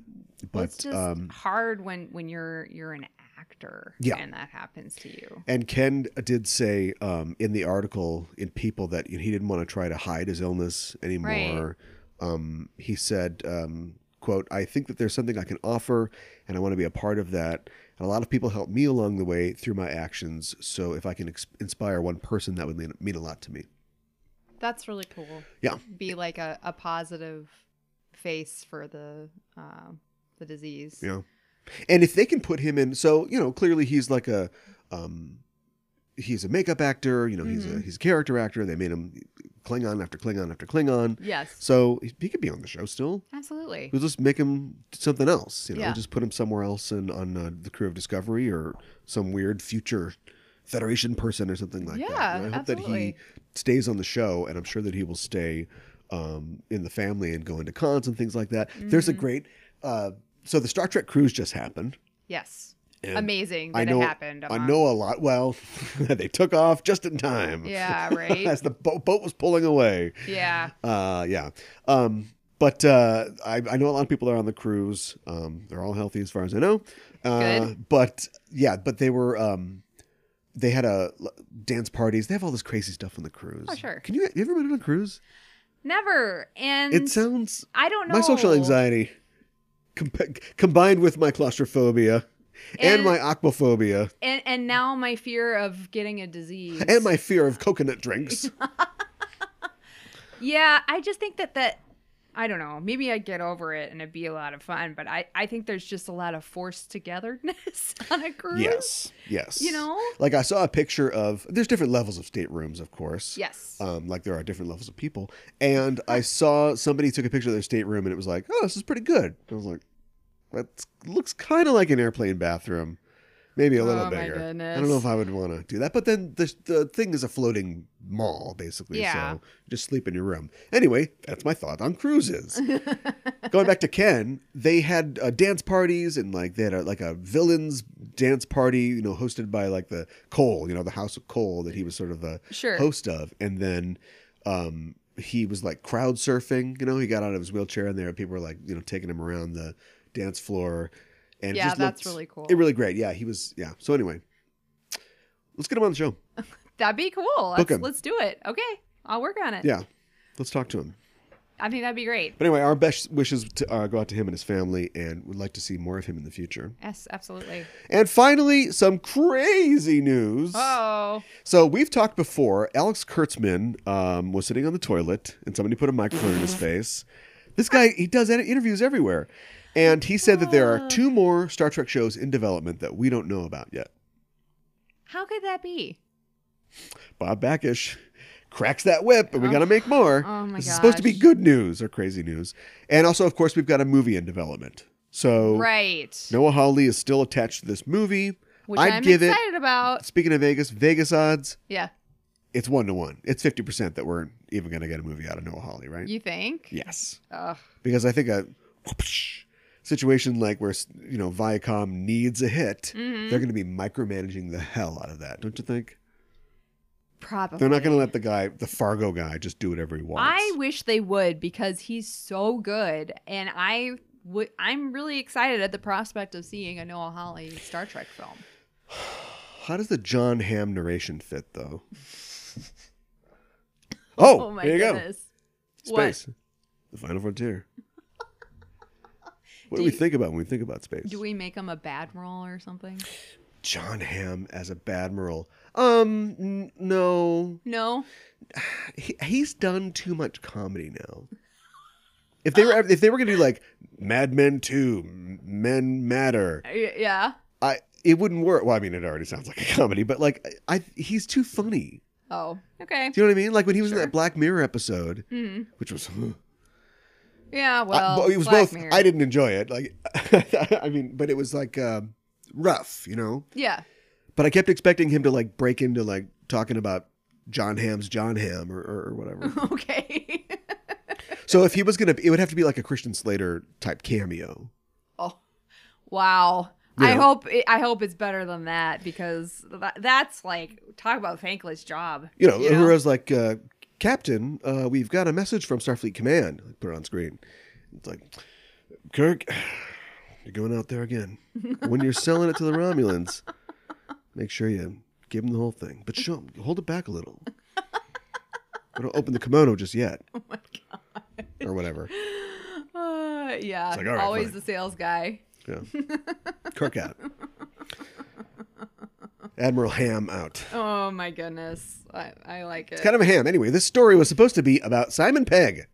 Speaker 1: But
Speaker 2: it's just
Speaker 1: um,
Speaker 2: hard when when you're you're an actor
Speaker 1: Yeah.
Speaker 2: and that happens to you.
Speaker 1: And Ken did say um, in the article in People that he didn't want to try to hide his illness anymore. Um, he said, um, "quote I think that there's something I can offer, and I want to be a part of that. And a lot of people helped me along the way through my actions. So if I can ex- inspire one person, that would mean- mean a lot to me."
Speaker 2: That's really cool.
Speaker 1: Yeah.
Speaker 2: Be like a, a positive face for the uh, the disease.
Speaker 1: Yeah. And if they can put him in, so you know, clearly he's like a, um, he's a makeup actor. You know, he's a
Speaker 2: Mhm.
Speaker 1: he's a character actor. They made him Klingon after Klingon after Klingon.
Speaker 2: Yes.
Speaker 1: So he- he could be on the show still.
Speaker 2: Absolutely.
Speaker 1: We'll just make him something else. You know,
Speaker 2: Yeah.
Speaker 1: just put him somewhere else in, on uh, the crew of Discovery or some weird future Federation person or something like that.
Speaker 2: Yeah,
Speaker 1: And I hope that he
Speaker 2: absolutely.
Speaker 1: stays on the show, and I'm sure that he will stay um, in the family and go into cons and things like that. There's a
Speaker 2: Mhm.
Speaker 1: great. Uh, so the Star Trek cruise just happened.
Speaker 2: Yes.
Speaker 1: and
Speaker 2: Amazing that
Speaker 1: I know-
Speaker 2: it happened.
Speaker 1: I
Speaker 2: Uh-huh.
Speaker 1: know a lot. Well, they took off just in time.
Speaker 2: Yeah, right.
Speaker 1: As the bo- boat was pulling away.
Speaker 2: yeah.
Speaker 1: Uh, yeah. Um, but uh, I, I know a lot of people are on the cruise. Um, they're all healthy as far as I know. Uh,
Speaker 2: Good.
Speaker 1: But yeah, but they were. Um, they had a l- dance parties. They have all this crazy stuff on the cruise.
Speaker 2: Oh, sure.
Speaker 1: Can you, you ever been on a cruise?
Speaker 2: Never. And
Speaker 1: It sounds
Speaker 2: I don't know.
Speaker 1: my social anxiety comp- combined with my claustrophobia and,
Speaker 2: And-
Speaker 1: my aquaphobia
Speaker 2: And, and now my fear of getting a disease.
Speaker 1: and my fear of coconut drinks.
Speaker 2: Yeah, I just think that that I don't know. Maybe I'd get over it and it'd be a lot of fun, but I I think there's just a lot of forced togetherness on a cruise.
Speaker 1: yes. Yes.
Speaker 2: You know?
Speaker 1: Like I saw a picture of there's different levels of staterooms, of course.
Speaker 2: Yes.
Speaker 1: um, like there are different levels of people. And I saw somebody took a picture of their stateroom, and it was like, "Oh, this is pretty good." I was like, "That looks kind of like an airplane bathroom, maybe a little
Speaker 2: Oh, my
Speaker 1: bigger."
Speaker 2: goodness.
Speaker 1: I don't know if I would want to do that. But then the the thing is a floating mall, basically.
Speaker 2: Yeah.
Speaker 1: So just sleep in your room. Anyway, that's my thought on cruises. Going back to Ken, they had uh, dance parties and like they had a, like a villains dance party, you know, hosted by like the Cole, you know, the House of Cole that he was sort of the
Speaker 2: Sure.
Speaker 1: host of, and then um, he was like crowd surfing. You know, he got out of his wheelchair in there, and people were like, you know, taking him around the dance floor. And it
Speaker 2: Yeah,
Speaker 1: just
Speaker 2: that's
Speaker 1: looked-
Speaker 2: really cool.
Speaker 1: It really great. Yeah, he was. Yeah. So anyway, let's get him on the show.
Speaker 2: That'd be cool.
Speaker 1: Book
Speaker 2: Let's,
Speaker 1: 'em.
Speaker 2: let's do it. Okay. I'll work on it.
Speaker 1: Yeah, let's talk to him.
Speaker 2: I think that'd be great.
Speaker 1: But anyway, our best wishes to, uh, go out to him and his family, and would like to see more of him in the future.
Speaker 2: Yes, absolutely.
Speaker 1: And finally, some crazy news.
Speaker 2: Oh.
Speaker 1: So we've talked before. Alex Kurtzman um, was sitting on the toilet, and somebody put a microphone in his
Speaker 2: Mm-hmm.
Speaker 1: face. This guy, he does ed- interviews everywhere, and he said that there are
Speaker 2: Ah.
Speaker 1: two more Star Trek shows in development that we don't know about yet.
Speaker 2: How could that be?
Speaker 1: Bob Backish cracks that whip, and we got to make more.
Speaker 2: Oh my
Speaker 1: this is supposed to be
Speaker 2: gosh.
Speaker 1: good news or crazy news. And also, of course, we've got a movie in development. So
Speaker 2: Right.
Speaker 1: Noah Hawley is still attached to this movie.
Speaker 2: Which
Speaker 1: I'd
Speaker 2: am
Speaker 1: give it-
Speaker 2: excited about.
Speaker 1: Speaking of Vegas, Vegas odds.
Speaker 2: Yeah.
Speaker 1: it's one to one. It's fifty percent that we're even going to get a movie out of Noah Hawley, right?
Speaker 2: You think?
Speaker 1: Yes,
Speaker 2: Ugh.
Speaker 1: because I think a whoopsh situation like where you know Viacom needs a hit,
Speaker 2: Mhm.
Speaker 1: they're going to be micromanaging the hell out of that, don't you think?
Speaker 2: Probably.
Speaker 1: They're not going to let the guy, the Fargo guy, just do whatever he wants.
Speaker 2: Oh I wish they would because he's so good, and I would. I'm really excited at the prospect of seeing a Noah Hawley Star Trek film.
Speaker 1: How does the John Hamm narration fit though? oh,
Speaker 2: my
Speaker 1: here you
Speaker 2: goodness!
Speaker 1: go.
Speaker 2: What?
Speaker 1: Space, the final frontier. What
Speaker 2: Do
Speaker 1: do, we
Speaker 2: you-
Speaker 1: think about when we think about space?
Speaker 2: Do we make him a bad role or something?
Speaker 1: John Hamm as a Badmiral. Um, n- no,
Speaker 2: No.
Speaker 1: he, he's done too much comedy now. If they were ever- if they were gonna do like Mad Men Two, M- Men Matter,
Speaker 2: Y- Yeah.
Speaker 1: I it wouldn't work. Well, I mean, it already sounds like a comedy, but like I, I he's too funny.
Speaker 2: Oh. Okay.
Speaker 1: Do you know what I mean? Like when he was in
Speaker 2: Sure.
Speaker 1: that Black Mirror episode,
Speaker 2: hmm
Speaker 1: which was.
Speaker 2: Yeah.
Speaker 1: I-
Speaker 2: Well,
Speaker 1: Uh, but it was
Speaker 2: Black
Speaker 1: both.
Speaker 2: Mirror.
Speaker 1: I didn't enjoy it. Like, I mean, but it was like um, rough, you know.
Speaker 2: Yeah.
Speaker 1: But I kept expecting him to like break into like talking about John Ham's John Ham or, or, or whatever.
Speaker 2: okay.
Speaker 1: so if he was gonna, it would have to be like a Christian Slater type cameo.
Speaker 2: oh. Wow. I
Speaker 1: Yeah.
Speaker 2: hope it, I hope it's better than that because tha that's like talk about thankless job.
Speaker 1: You know,
Speaker 2: you
Speaker 1: yeah.
Speaker 2: know?
Speaker 1: like, uh, Captain, uh, we've got a message from Starfleet Command. Put it on screen. It's like, Kirk, You're going out there again. when you're selling it to the Romulans, make sure you give them the whole thing, but show 'em- hold it back a little. We don't open the kimono just yet,
Speaker 2: Oh my god.
Speaker 1: or whatever.
Speaker 2: Uh, yeah.
Speaker 1: It's like, all right,
Speaker 2: always
Speaker 1: fine.
Speaker 2: the sales guy.
Speaker 1: Yeah, Kirk out. Admiral Ham out.
Speaker 2: Oh my goodness. I, I like it.
Speaker 1: It's kind of a ham. Anyway, this story was supposed to be about Simon Pegg.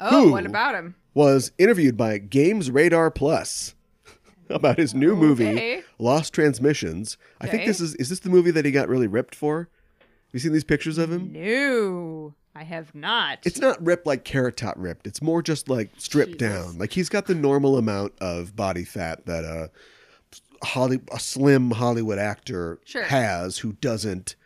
Speaker 2: oh, what
Speaker 1: who?
Speaker 2: about him?
Speaker 1: was interviewed by Games Radar Plus about his new movie
Speaker 2: Oh, Okay.
Speaker 1: Lost Transmissions. I think
Speaker 2: Okay.
Speaker 1: this is is this the movie that he got really ripped for? Have you seen these pictures of him?
Speaker 2: No, I have not.
Speaker 1: It's not ripped like carrot top ripped. It's more just like stripped
Speaker 2: Jesus.
Speaker 1: down. Like he's got the normal amount of body fat that a Holly a slim Hollywood actor
Speaker 2: Sure.
Speaker 1: has who doesn't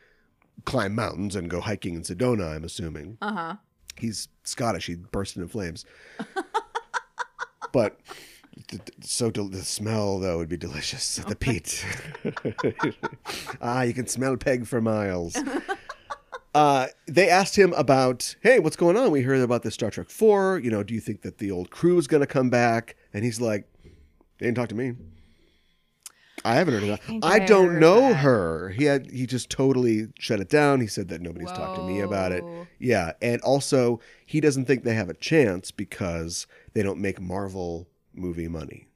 Speaker 1: climb mountains and go hiking in Sedona, I'm assuming.
Speaker 2: Uh huh.
Speaker 1: he's Scottish. He burst into flames. but th- th- so del- the smell though would be delicious.
Speaker 2: Oh,
Speaker 1: The peat. ah, you can smell peg for miles. Uh, they asked him about, hey, what's going on? We heard about this Star Trek Four. You know, do you think that the old crew is going to come back? And he's like, they didn't talk to me. I haven't heard of that.
Speaker 2: think
Speaker 1: I,
Speaker 2: I
Speaker 1: don't
Speaker 2: heard
Speaker 1: know
Speaker 2: that.
Speaker 1: her. He had he just totally shut it down. He said that nobody's talked to me about it.
Speaker 2: Whoa.
Speaker 1: Yeah, and also he doesn't think they have a chance because they don't make Marvel movie money.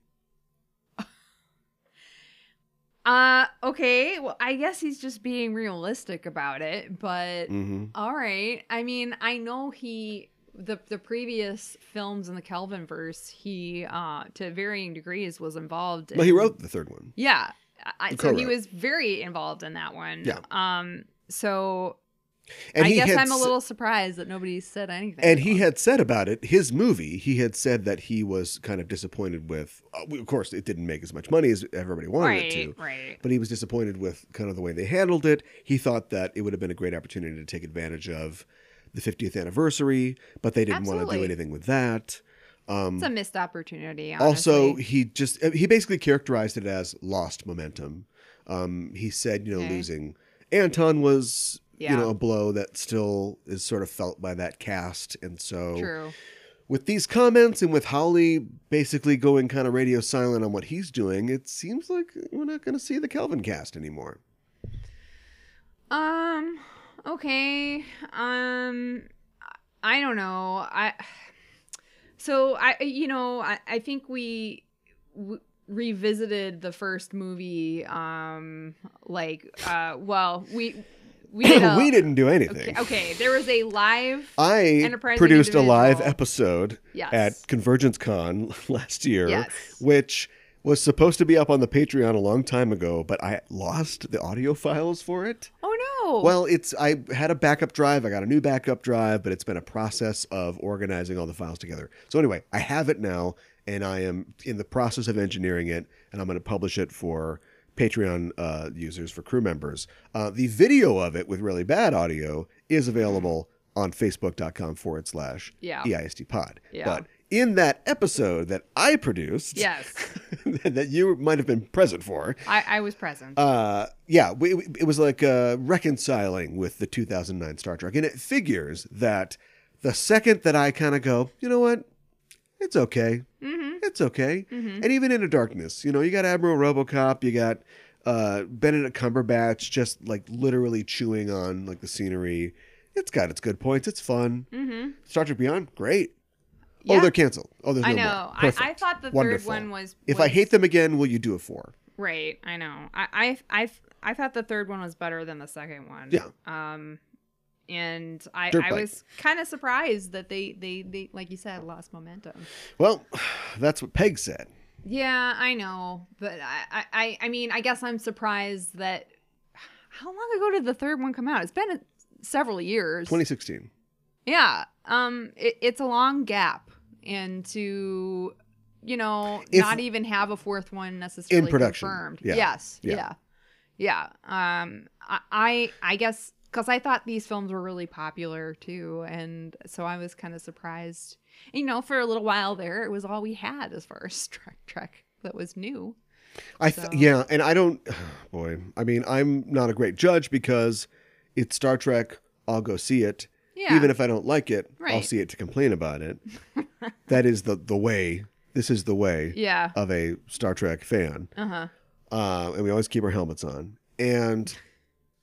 Speaker 2: Uh, okay. Well, I guess he's just being realistic about it, but
Speaker 1: hmm
Speaker 2: all right. I mean, I know he the the previous films in the Kelvin verse, he uh to varying degrees was involved.
Speaker 1: Well, he
Speaker 2: in-
Speaker 1: wrote the third one.
Speaker 2: Yeah. I,
Speaker 1: He
Speaker 2: so he
Speaker 1: co-wrote.
Speaker 2: was very involved in that one.
Speaker 1: Yeah.
Speaker 2: Um so
Speaker 1: And
Speaker 2: I
Speaker 1: he
Speaker 2: guess
Speaker 1: had
Speaker 2: I'm a
Speaker 1: s-
Speaker 2: little surprised that nobody said anything.
Speaker 1: And he
Speaker 2: about
Speaker 1: had said about it, his movie, he had said that he was kind of disappointed with. uh, Of course, it didn't make as much money as everybody
Speaker 2: it.
Speaker 1: wanted it
Speaker 2: right,
Speaker 1: to.
Speaker 2: right.
Speaker 1: But he was disappointed with kind of the way they handled it. He thought that it would have been a great opportunity to take advantage of the 50th anniversary, but they didn't want to do
Speaker 2: Absolutely.
Speaker 1: anything with that. Um,
Speaker 2: It's a missed opportunity.
Speaker 1: also
Speaker 2: honestly.
Speaker 1: he just uh, he basically characterized it as lost momentum um he said you know
Speaker 2: Okay.
Speaker 1: losing anton was you
Speaker 2: Yeah.
Speaker 1: know a blow that still is sort of felt by that cast and so
Speaker 2: true.
Speaker 1: with these comments and with howley basically going kind of radio silent on what he's doing it seems like we're not going to see the kelvin cast anymore
Speaker 2: Um. Okay. Um. I- I don't know. I. So I, you know, I, I think we w- revisited the first movie. Um. Like, uh. Well, we we did. A,
Speaker 1: we didn't do anything
Speaker 2: Okay, okay. There was a live.
Speaker 1: i
Speaker 2: Enterprising
Speaker 1: produced a live
Speaker 2: individual.
Speaker 1: episode
Speaker 2: Yes.
Speaker 1: at Convergence Con last year,
Speaker 2: Yes.
Speaker 1: which was supposed to be up on the Patreon a long time ago, but I lost the audio files for it.
Speaker 2: oh no.
Speaker 1: Well, it's I had a backup drive, I got a new backup drive, but it's been a process of organizing all the files together. So anyway, I have it now and I am in the process of engineering it and I'm going to publish it for Patreon uh, users for crew members. Uh, the video of it with really bad audio is available on facebook.com forward slash E
Speaker 2: Yeah.
Speaker 1: EISD pod.
Speaker 2: Yeah.
Speaker 1: But in that episode that I produced,
Speaker 2: Yes.
Speaker 1: that you might have been present for,
Speaker 2: I I was present.
Speaker 1: uh, yeah, we, we- it was like uh, reconciling with the 2009 Star Trek. And it figures that the second that I kind of go, you know what? It's okay.
Speaker 2: mm-hmm.
Speaker 1: It's okay.
Speaker 2: Mhm.
Speaker 1: And even in the darkness, you know, you got Admiral Robocop, you got uh, Benedict Cumberbatch just like literally chewing on like the scenery. It's got its good points. It's fun.
Speaker 2: Mm-hmm.
Speaker 1: Star Trek Beyond, great.
Speaker 2: Yeah.
Speaker 1: Oh, they're canceled. Oh, there's
Speaker 2: I
Speaker 1: no more.
Speaker 2: know. I, I
Speaker 1: Perfect.
Speaker 2: thought the
Speaker 1: Wonderful.
Speaker 2: third one was.
Speaker 1: If I
Speaker 2: was-
Speaker 1: hate them again, will you do a four?
Speaker 2: Right, I know. I I I, I thought the third one was better than the second one.
Speaker 1: Yeah.
Speaker 2: Um, and I
Speaker 1: Dirt
Speaker 2: I
Speaker 1: bike.
Speaker 2: was kind of surprised that they they they like you said lost momentum.
Speaker 1: Well, that's what Peg said.
Speaker 2: Yeah, I know, but I I- I I mean I guess I'm surprised that how long ago did the third one come out? It's been several years.
Speaker 1: 2016.
Speaker 2: Yeah. Um, it, it's a long gap, and to you know
Speaker 1: If-
Speaker 2: not even have a fourth one necessarily
Speaker 1: production.
Speaker 2: confirmed.
Speaker 1: Yeah.
Speaker 2: Yes.
Speaker 1: Yeah.
Speaker 2: Yeah. Yeah. Um, I I, I guess because I thought these films were really popular too, and so I was kind of surprised. You know, for a little while there, it was all we had as far as Star Trek that was new.
Speaker 1: I th-
Speaker 2: So-
Speaker 1: yeah, and I don't. Boy, I mean, I'm not a great judge because it's Star Trek. I'll go see it,
Speaker 2: Yeah.
Speaker 1: even if I don't like it. I'll
Speaker 2: Right.
Speaker 1: see it to complain about it. that is the the way this is the way
Speaker 2: Yeah.
Speaker 1: of a Star Trek fan.
Speaker 2: Uh huh.
Speaker 1: uh, and we always keep our helmets on. And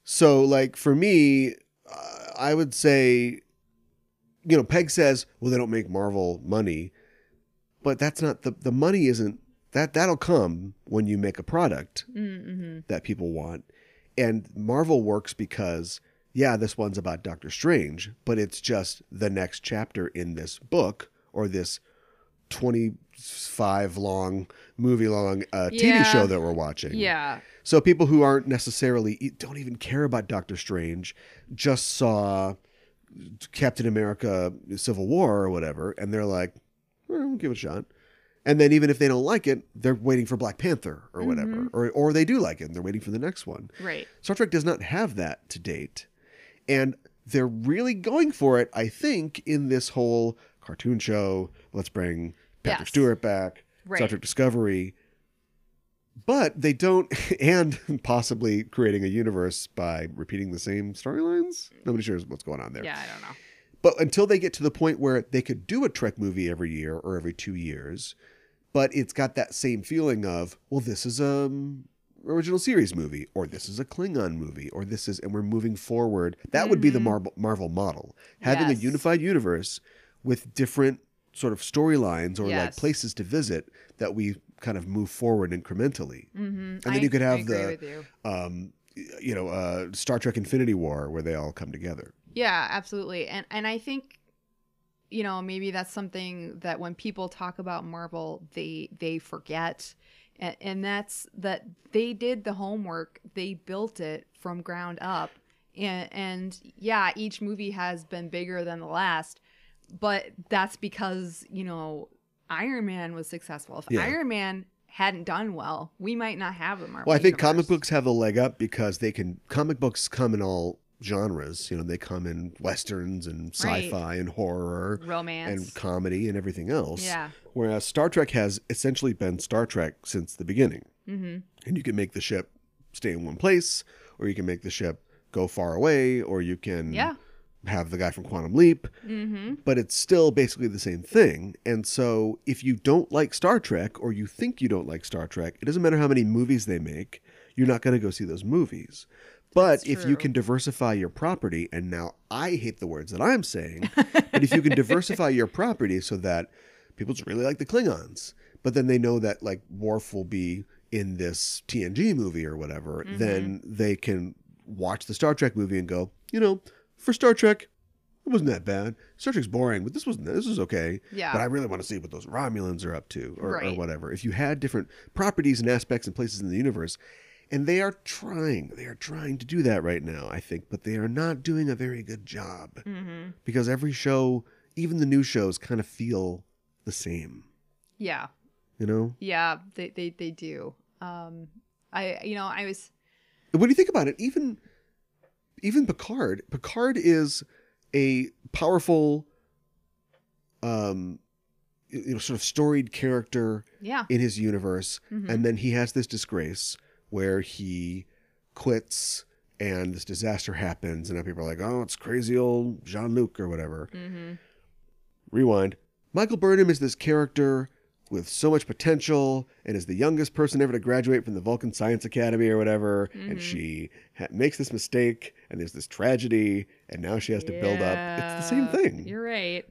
Speaker 1: so, like for me, uh, I would say, you know, Peg says, "Well, they don't make Marvel money," but that's not the the money isn't that that'll come when you make a product
Speaker 2: Mm-hmm.
Speaker 1: that people want. And Marvel works because, yeah, this one's about Doctor Strange, but it's just the next chapter in this book or this 25 long, movie long uh, TV
Speaker 2: Yeah.
Speaker 1: show that we're watching.
Speaker 2: Yeah.
Speaker 1: So people who aren't necessarily, e, don't even care about Doctor Strange, just saw Captain America Civil War or whatever, and they're like, "Eh, we'll give it a shot. And then even if they don't like it, they're waiting for Black Panther or whatever.
Speaker 2: Mhm.
Speaker 1: Or or they do like it and they're waiting for the next one.
Speaker 2: Right.
Speaker 1: Star Trek does not have that to date. And they're really going for it, I think, in this whole cartoon show. Let's bring Patrick
Speaker 2: Yes.
Speaker 1: Stewart back,
Speaker 2: Right.
Speaker 1: Star Trek Discovery. But they don't, and possibly creating a universe by repeating the same storylines. Nobody sure what's going on there.
Speaker 2: Yeah. I don't know.
Speaker 1: But until they get to the point where they could do a Trek movie every year or every two years, but it's got that same feeling of, well, this is a um, original series movie, or this is a Klingon movie, or this is, and we're moving forward. That would be the
Speaker 2: Mhm.
Speaker 1: Marvel, Marvel model, having a
Speaker 2: Yes.
Speaker 1: unified universe with different sort of storylines or like
Speaker 2: Yes.
Speaker 1: places to visit that we kind of move forward incrementally.
Speaker 2: Mm-hmm.
Speaker 1: then you could have the-
Speaker 2: With you.
Speaker 1: Um, you know, uh, Star Trek Infinity War, where they all come together.
Speaker 2: Yeah, absolutely. And and I think you know, maybe that's something that when people talk about Marvel, they they forget. And, and that's that they did the homework. They built it from ground up. And and yeah, each movie has been bigger than the last, but that's because, you know, Iron Man was successful. If
Speaker 1: Yeah.
Speaker 2: Iron Man hadn't done well, we might not have a Marvel.
Speaker 1: Well, I think comic
Speaker 2: universe.
Speaker 1: books have a leg up because they can. Comic books come in all genres. You know, they come in westerns and
Speaker 2: Right.
Speaker 1: sci-fi and horror
Speaker 2: romance.
Speaker 1: and comedy and everything else.
Speaker 2: yeah.
Speaker 1: Whereas Star Trek has essentially been Star Trek since the beginning,
Speaker 2: Mhm.
Speaker 1: and you can make the ship stay in one place, or you can make the ship go far away, or you can
Speaker 2: Yeah.
Speaker 1: have the guy from Quantum Leap
Speaker 2: Mhm.
Speaker 1: but it's still basically the same thing. And so, if you don't like Star Trek or you think you don't like Star Trek, it doesn't matter how many movies they make, you're not going to go see those movies. But
Speaker 2: That's
Speaker 1: if you
Speaker 2: true.
Speaker 1: can diversify your property, and now I hate the words that I'm saying, but if you can diversify your property so that people just really like the Klingons, but then they know that like Worf will be in this TNG movie or whatever, then
Speaker 2: Mm-hmm.
Speaker 1: they can watch the Star Trek movie and go, you know, for Star Trek, it wasn't that bad. Star Trek's boring, but this wasn't. This is okay.
Speaker 2: Yeah.
Speaker 1: But I really want to see what those Romulans are up to, or, or
Speaker 2: Right.
Speaker 1: whatever. If you had different properties and aspects and places in the universe, and they are trying, they are trying to do that right now, I think, but they are not doing a very good job
Speaker 2: Mm-hmm.
Speaker 1: because every show, even the new shows, kind of feel the same.
Speaker 2: Yeah,
Speaker 1: You know.
Speaker 2: yeah, they, they they do. Um, I you know I was
Speaker 1: And When you think about it, even even Picard, Picard is a powerful, um, you know, sort of storied character
Speaker 2: yeah
Speaker 1: in his universe,
Speaker 2: Mhm.
Speaker 1: and then he has this disgrace where he quits, and this disaster happens, and now people are like, "Oh, it's crazy old Jean Luc or whatever."
Speaker 2: mm-hmm.
Speaker 1: Rewind. Michael Burnham is this character with so much potential and is the youngest person ever to graduate from the Vulcan Science Academy or whatever. And
Speaker 2: Mhm.
Speaker 1: she ha- makes this mistake and there's this tragedy and now she has to build up. It's the same thing.
Speaker 2: You're right.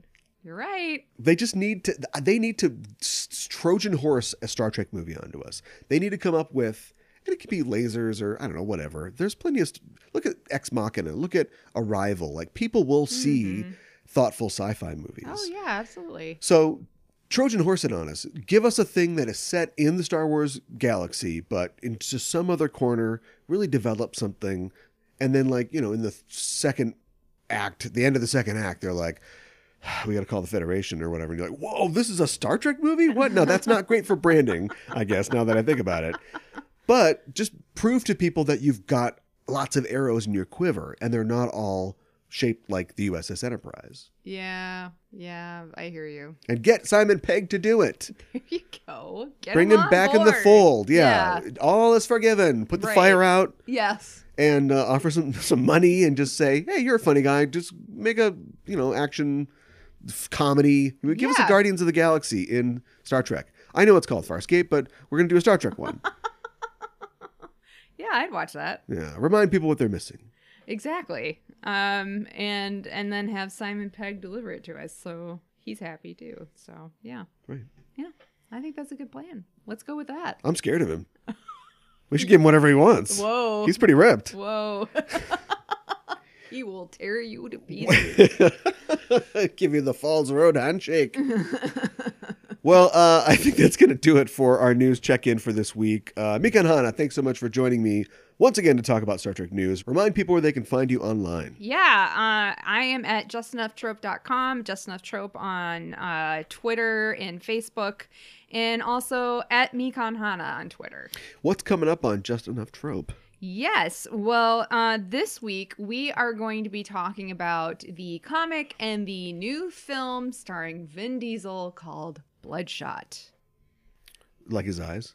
Speaker 2: You're right.
Speaker 1: They just need to, they need to s- s- Trojan horse a Star Trek movie onto us. They need to come up with, and it could be lasers or I don't know, whatever. There's plenty of, st- look at Ex Machina, look at Arrival. Like people will see
Speaker 2: Mhm.
Speaker 1: thoughtful sci fi movies.
Speaker 2: Oh yeah, absolutely.
Speaker 1: So, Trojan horse it on us. Give us a thing that is set in the Star Wars galaxy, but into some other corner, really develop something. And then, like, you know, in the second act, the end of the second act, they're like, we got to call the Federation or whatever. And you're like, whoa, this is a Star Trek movie? What? No, that's not great for branding, I guess, now that I think about it. But just prove to people that you've got lots of arrows in your quiver and they're not all shaped like the USS Enterprise.
Speaker 2: Yeah, yeah, I hear you.
Speaker 1: And get Simon Pegg to do it.
Speaker 2: There you go. Get
Speaker 1: Bring him
Speaker 2: on
Speaker 1: back in the
Speaker 2: board.
Speaker 1: fold. Yeah. All is forgiven. Put the
Speaker 2: Right.
Speaker 1: fire out
Speaker 2: Yes.
Speaker 1: and uh, offer some some money and just say, "Hey, you're a funny guy. Just make a, you know, action f- comedy. I mean, give us a
Speaker 2: Yeah.
Speaker 1: Guardians of the Galaxy in Star Trek. I know it's called Farscape, but we're gonna do a Star Trek one.
Speaker 2: Yeah, I'd watch that.
Speaker 1: yeah, remind people what they're missing.
Speaker 2: Exactly. Um, and and then have Simon Pegg deliver it to us, so he's happy too. So yeah,
Speaker 1: Right.
Speaker 2: yeah, I think that's a good plan. Let's go with that.
Speaker 1: I'm scared of him. We should give him whatever he wants.
Speaker 2: Whoa.
Speaker 1: He's pretty ripped.
Speaker 2: Whoa. he will tear you to pieces.
Speaker 1: Give you the Falls Road handshake. well, uh, I think that's going to do it for our news check in for this week. Uh, Mika and Hana, thanks so much for joining me once again to talk about Star Trek news. Remind people where they can find you online.
Speaker 2: Yeah, uh, I am at justenoughttrope.com, just enough trope on uh, Twitter and Facebook, and also at Mikan Hana on Twitter.
Speaker 1: What's coming up on Just Enough Trope?
Speaker 2: Yes. Well, uh, this week we are going to be talking about the comic and the new film starring Vin Diesel called Bloodshot.
Speaker 1: Like his eyes?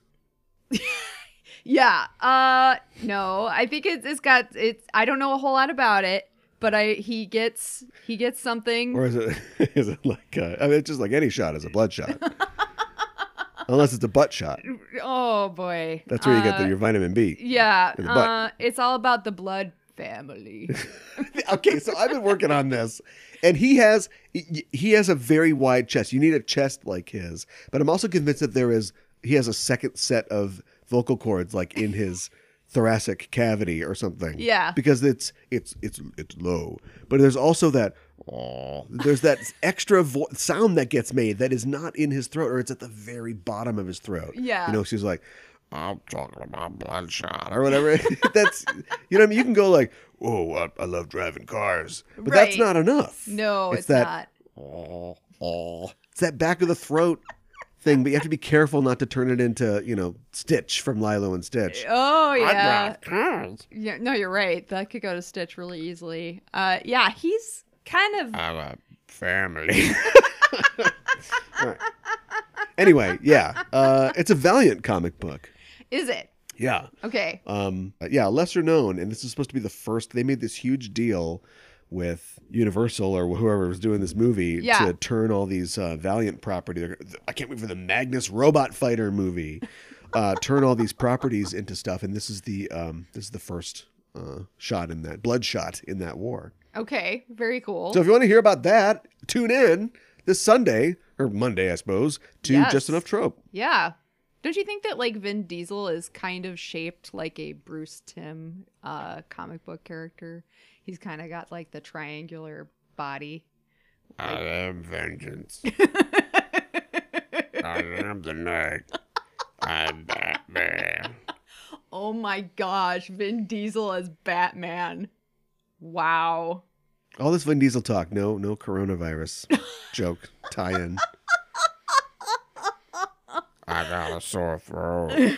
Speaker 2: Yeah. Uh, no, I think it's, it's got it's. I don't know a whole lot about it, but I he gets he gets something.
Speaker 1: Or is it, is it like, uh, I mean, it's just like any shot is a blood shot. Unless it's a butt shot.
Speaker 2: oh boy.
Speaker 1: That's where you get
Speaker 2: Uh,
Speaker 1: the, your vitamin B.
Speaker 2: Yeah.
Speaker 1: in the butt.
Speaker 2: uh, it's all about the blood family.
Speaker 1: okay, so I've been working on this, and he has he has a very wide chest. You need a chest like his, but I'm also convinced that there is he has a second set of vocal cords like in his thoracic cavity or something.
Speaker 2: Yeah.
Speaker 1: because it's it's it's it's low, but there's also that.
Speaker 3: Oh,
Speaker 1: "Aw," There's that extra vo- sound that gets made that is not in his throat, or it's at the very bottom of his throat.
Speaker 2: Yeah.
Speaker 1: you know, she's like,
Speaker 3: I'm talking about bloodshot.
Speaker 1: or whatever. that's you know what I mean. You can go like, oh, I, I love driving cars, but that's
Speaker 2: Right.
Speaker 1: not enough.
Speaker 2: No, it's,
Speaker 1: that
Speaker 2: not.
Speaker 3: Oh,
Speaker 1: "Aw, aw." it's that back of the throat thing. But you have to be careful not to turn it into you know Stitch from Lilo and Stitch.
Speaker 2: Oh
Speaker 3: I
Speaker 2: yeah.
Speaker 3: drive cars.
Speaker 2: Yeah, no, you're right. That could go to Stitch really easily. Uh, yeah, he's kind of
Speaker 3: I'm a family.
Speaker 1: Anyway, yeah, uh, it's a valiant comic book.
Speaker 2: is it
Speaker 1: Yeah,
Speaker 2: okay?
Speaker 1: um, yeah, lesser known, and this is supposed to be the first. They made this huge deal with Universal or whoever was doing this movie
Speaker 2: Yeah.
Speaker 1: to turn all these uh, Valiant property. they're- I can't wait for the Magnus Robot Fighter movie. Uh, turn all these properties into stuff, and this is the um, this is the first uh, shot in that bloodshot in that war.
Speaker 2: Okay, very cool.
Speaker 1: So if you want to hear about that, tune in this Sunday or Monday, I suppose, to
Speaker 2: Yes.
Speaker 1: Just Enough Trope.
Speaker 2: yeah, don't you think that like Vin Diesel is kind of shaped like a Bruce Tim uh, comic book character? He's kind of got like the triangular body.
Speaker 3: I am vengeance. I am the night. I'm Batman.
Speaker 2: oh my gosh, Vin Diesel as Batman! Wow.
Speaker 1: All this Vin Diesel talk, no, no coronavirus joke tie-in.
Speaker 3: I got a sore throat.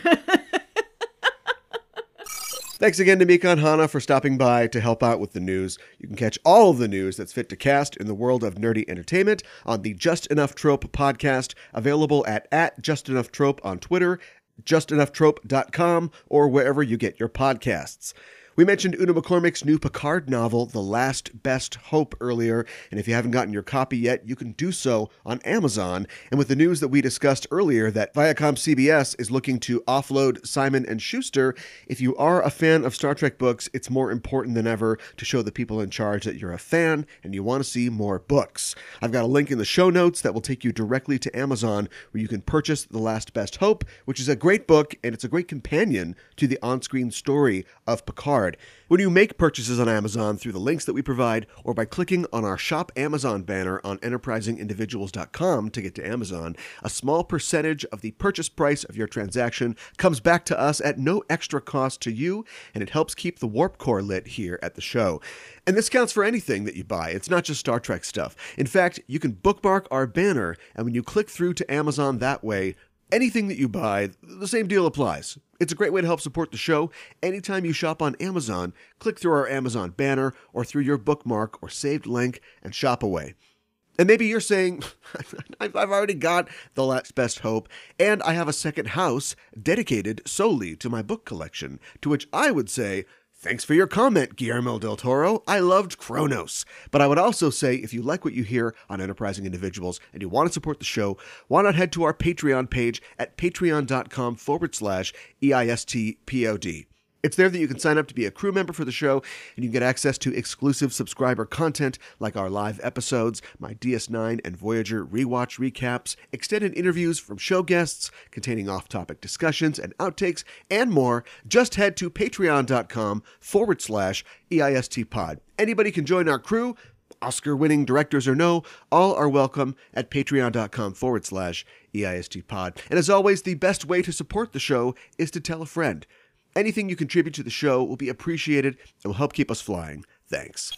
Speaker 1: Thanks again to Mika and Hana for stopping by to help out with the news. You can catch all of the news that's fit to cast in the world of nerdy entertainment on the Just Enough Trope podcast, available at, at Just Enough Trope on Twitter, justenoughtrope.com, or wherever you get your podcasts. We mentioned Una McCormick's new Picard novel, The Last Best Hope, earlier, and if you haven't gotten your copy yet, you can do so on Amazon. And with the news that we discussed earlier that Viacom CBS is looking to offload Simon and Schuster, if you are a fan of Star Trek books, it's more important than ever to show the people in charge that you're a fan and you want to see more books. I've got a link in the show notes that will take you directly to Amazon where you can purchase The Last Best Hope, which is a great book and it's a great companion to the on screen story of Picard. When you make purchases on Amazon through the links that we provide or by clicking on our Shop Amazon banner on enterprisingindividuals.com to get to Amazon, a small percentage of the purchase price of your transaction comes back to us at no extra cost to you and it helps keep the warp core lit here at the show. And this counts for anything that you buy. It's not just Star Trek stuff. In fact, you can bookmark our banner and when you click through to Amazon that way, Anything that you buy, the same deal applies. It's a great way to help support the show. Anytime you shop on Amazon, click through our Amazon banner or through your bookmark or saved link and shop away. And maybe you're saying, I've I've already got The Last Best Hope, and I have a second house dedicated solely to my book collection, to which I would say, Thanks for your comment, Guillermo del Toro. I loved Kronos. But I would also say if you like what you hear on Enterprising Individuals and you want to support the show, why not head to our Patreon page at patreon.com forward slash E EISTPOD. It's there that you can sign up to be a crew member for the show, and you can get access to exclusive subscriber content like our live episodes, my DS9 and Voyager rewatch recaps, extended interviews from show guests containing off topic discussions and outtakes, and more. Just head to patreon.com forward slash E EIST pod. Anybody can join our crew, Oscar winning directors or no, all are welcome at patreon.com forward slash E EIST pod. And as always, the best way to support the show is to tell a friend. Anything you contribute to the show will be appreciated and will help keep us flying. Thanks.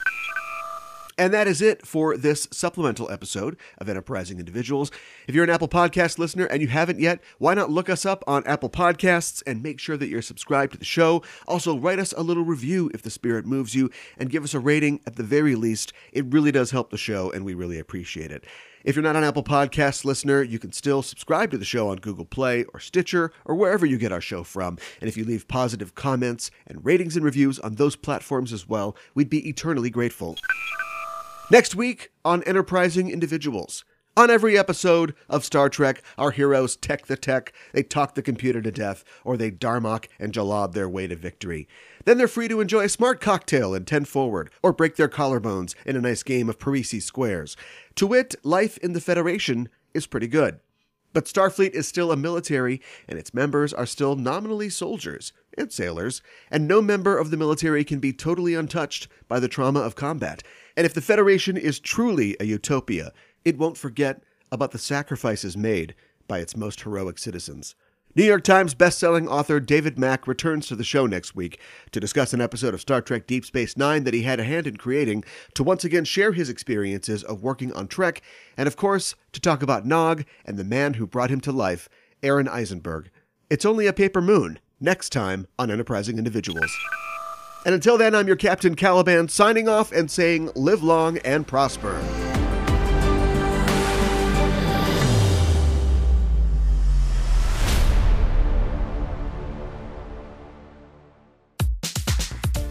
Speaker 1: And that is it for this supplemental episode of Enterprising Individuals. If you're an Apple Podcast listener and you haven't yet, why not look us up on Apple Podcasts and make sure that you're subscribed to the show? Also, write us a little review if the spirit moves you and give us a rating at the very least. It really does help the show and we really appreciate it. If you're not an Apple Podcast listener, you can still subscribe to the show on Google Play or Stitcher or wherever you get our show from. And if you leave positive comments and ratings and reviews on those platforms as well, we'd be eternally grateful. Next week on Enterprising Individuals. On every episode of Star Trek, our heroes tech the tech, they talk the computer to death, or they Darmok and Jalab their way to victory. Then they're free to enjoy a smart cocktail and 10 forward, or break their collarbones in a nice game of Parisi squares. To wit, life in the Federation is pretty good. But Starfleet is still a military, and its members are still nominally soldiers and sailors, and no member of the military can be totally untouched by the trauma of combat. And if the Federation is truly a utopia, it won't forget about the sacrifices made by its most heroic citizens. New York Times bestselling author David Mack returns to the show next week to discuss an episode of Star Trek Deep Space Nine that he had a hand in creating, to once again share his experiences of working on Trek, and of course, to talk about Nog and the man who brought him to life, Aaron Eisenberg. It's only a paper moon, next time on Enterprising Individuals. And until then, I'm your Captain Caliban signing off and saying live long and prosper.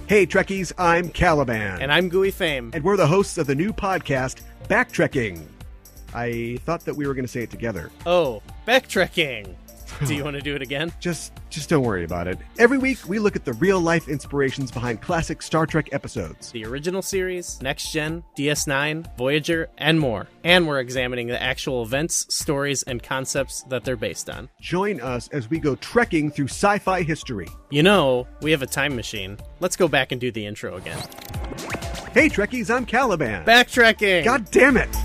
Speaker 1: Hey Trekkies, I'm Caliban.
Speaker 4: And I'm Gooey Fame.
Speaker 1: and we're the hosts of the new podcast, Backtrekking. I thought that we were going to say it together.
Speaker 4: oh, backtracking. Do you want to do it again?
Speaker 1: Just just don't worry about it. Every week we look at the real-life inspirations behind classic Star Trek episodes.
Speaker 4: The original series, Next Gen, DS9, Voyager, and more. And we're examining the actual events, stories, and concepts that they're based on.
Speaker 1: Join us as we go trekking through sci-fi history.
Speaker 4: You know, we have a time machine. Let's go back and do the intro again.
Speaker 1: Hey Trekkies, I'm Caliban.
Speaker 4: Backtracking!
Speaker 1: God damn it.